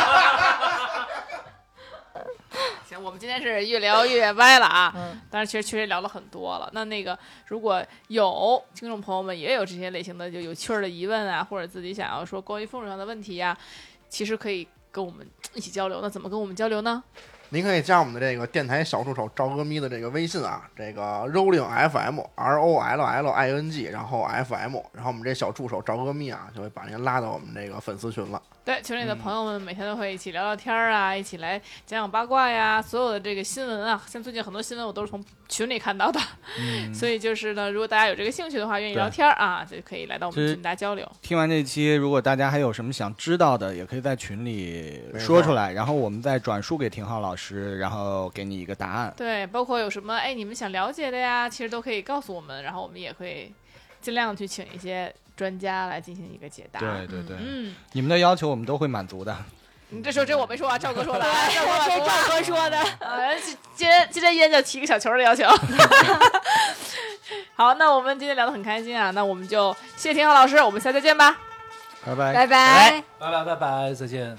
我们今天是越聊越歪了啊。
嗯，
但是其实确实聊了很多了。那那个如果有听众朋友们也有这些类型的就有趣儿的疑问啊，或者自己想要说关于风水上的问题呀、其实可以跟我们一起交流。那怎么跟我们交流呢？
您可以加我们的这个电台小助手赵哥咪的这个微信啊，这个 Rolling FM R O L L I N G，然后 FM，然后我们这小助手赵哥咪啊，就会把您拉到我们这个粉丝群了。
对，群里
嗯
的朋友们每天都会一起聊聊天儿啊，一起来讲讲八卦呀，所有的这个新闻啊，像最近很多新闻我都是从群里看到的，
嗯
嗯
所以就是呢，如果大家有这个兴趣的话，愿意
对
聊天儿啊，就可以来到我们
其实
群大家交流。
听完这期，如果大家还有什么想知道的，也可以在群里
没错
说出来，然后我们再转述给廷浩老师，然后给你一个答案。
对，包括有什么哎你们想了解的呀，其实都可以告诉我们，然后我们也会尽量去请一些专家来进行一个解答。
对对对，
嗯，
你们的要求我们都会满足的。
你这说这我没 说啊，赵哥说的啊，赵哥
这
老
是
说
赵哥说 的。
啊，今今天今天依然就提个小球的要 求。好，那我们今天聊得很开心啊，那我们就谢谢廷浩老师，我们下次再见吧。
拜拜。
拜拜。
拜拜拜拜，再见。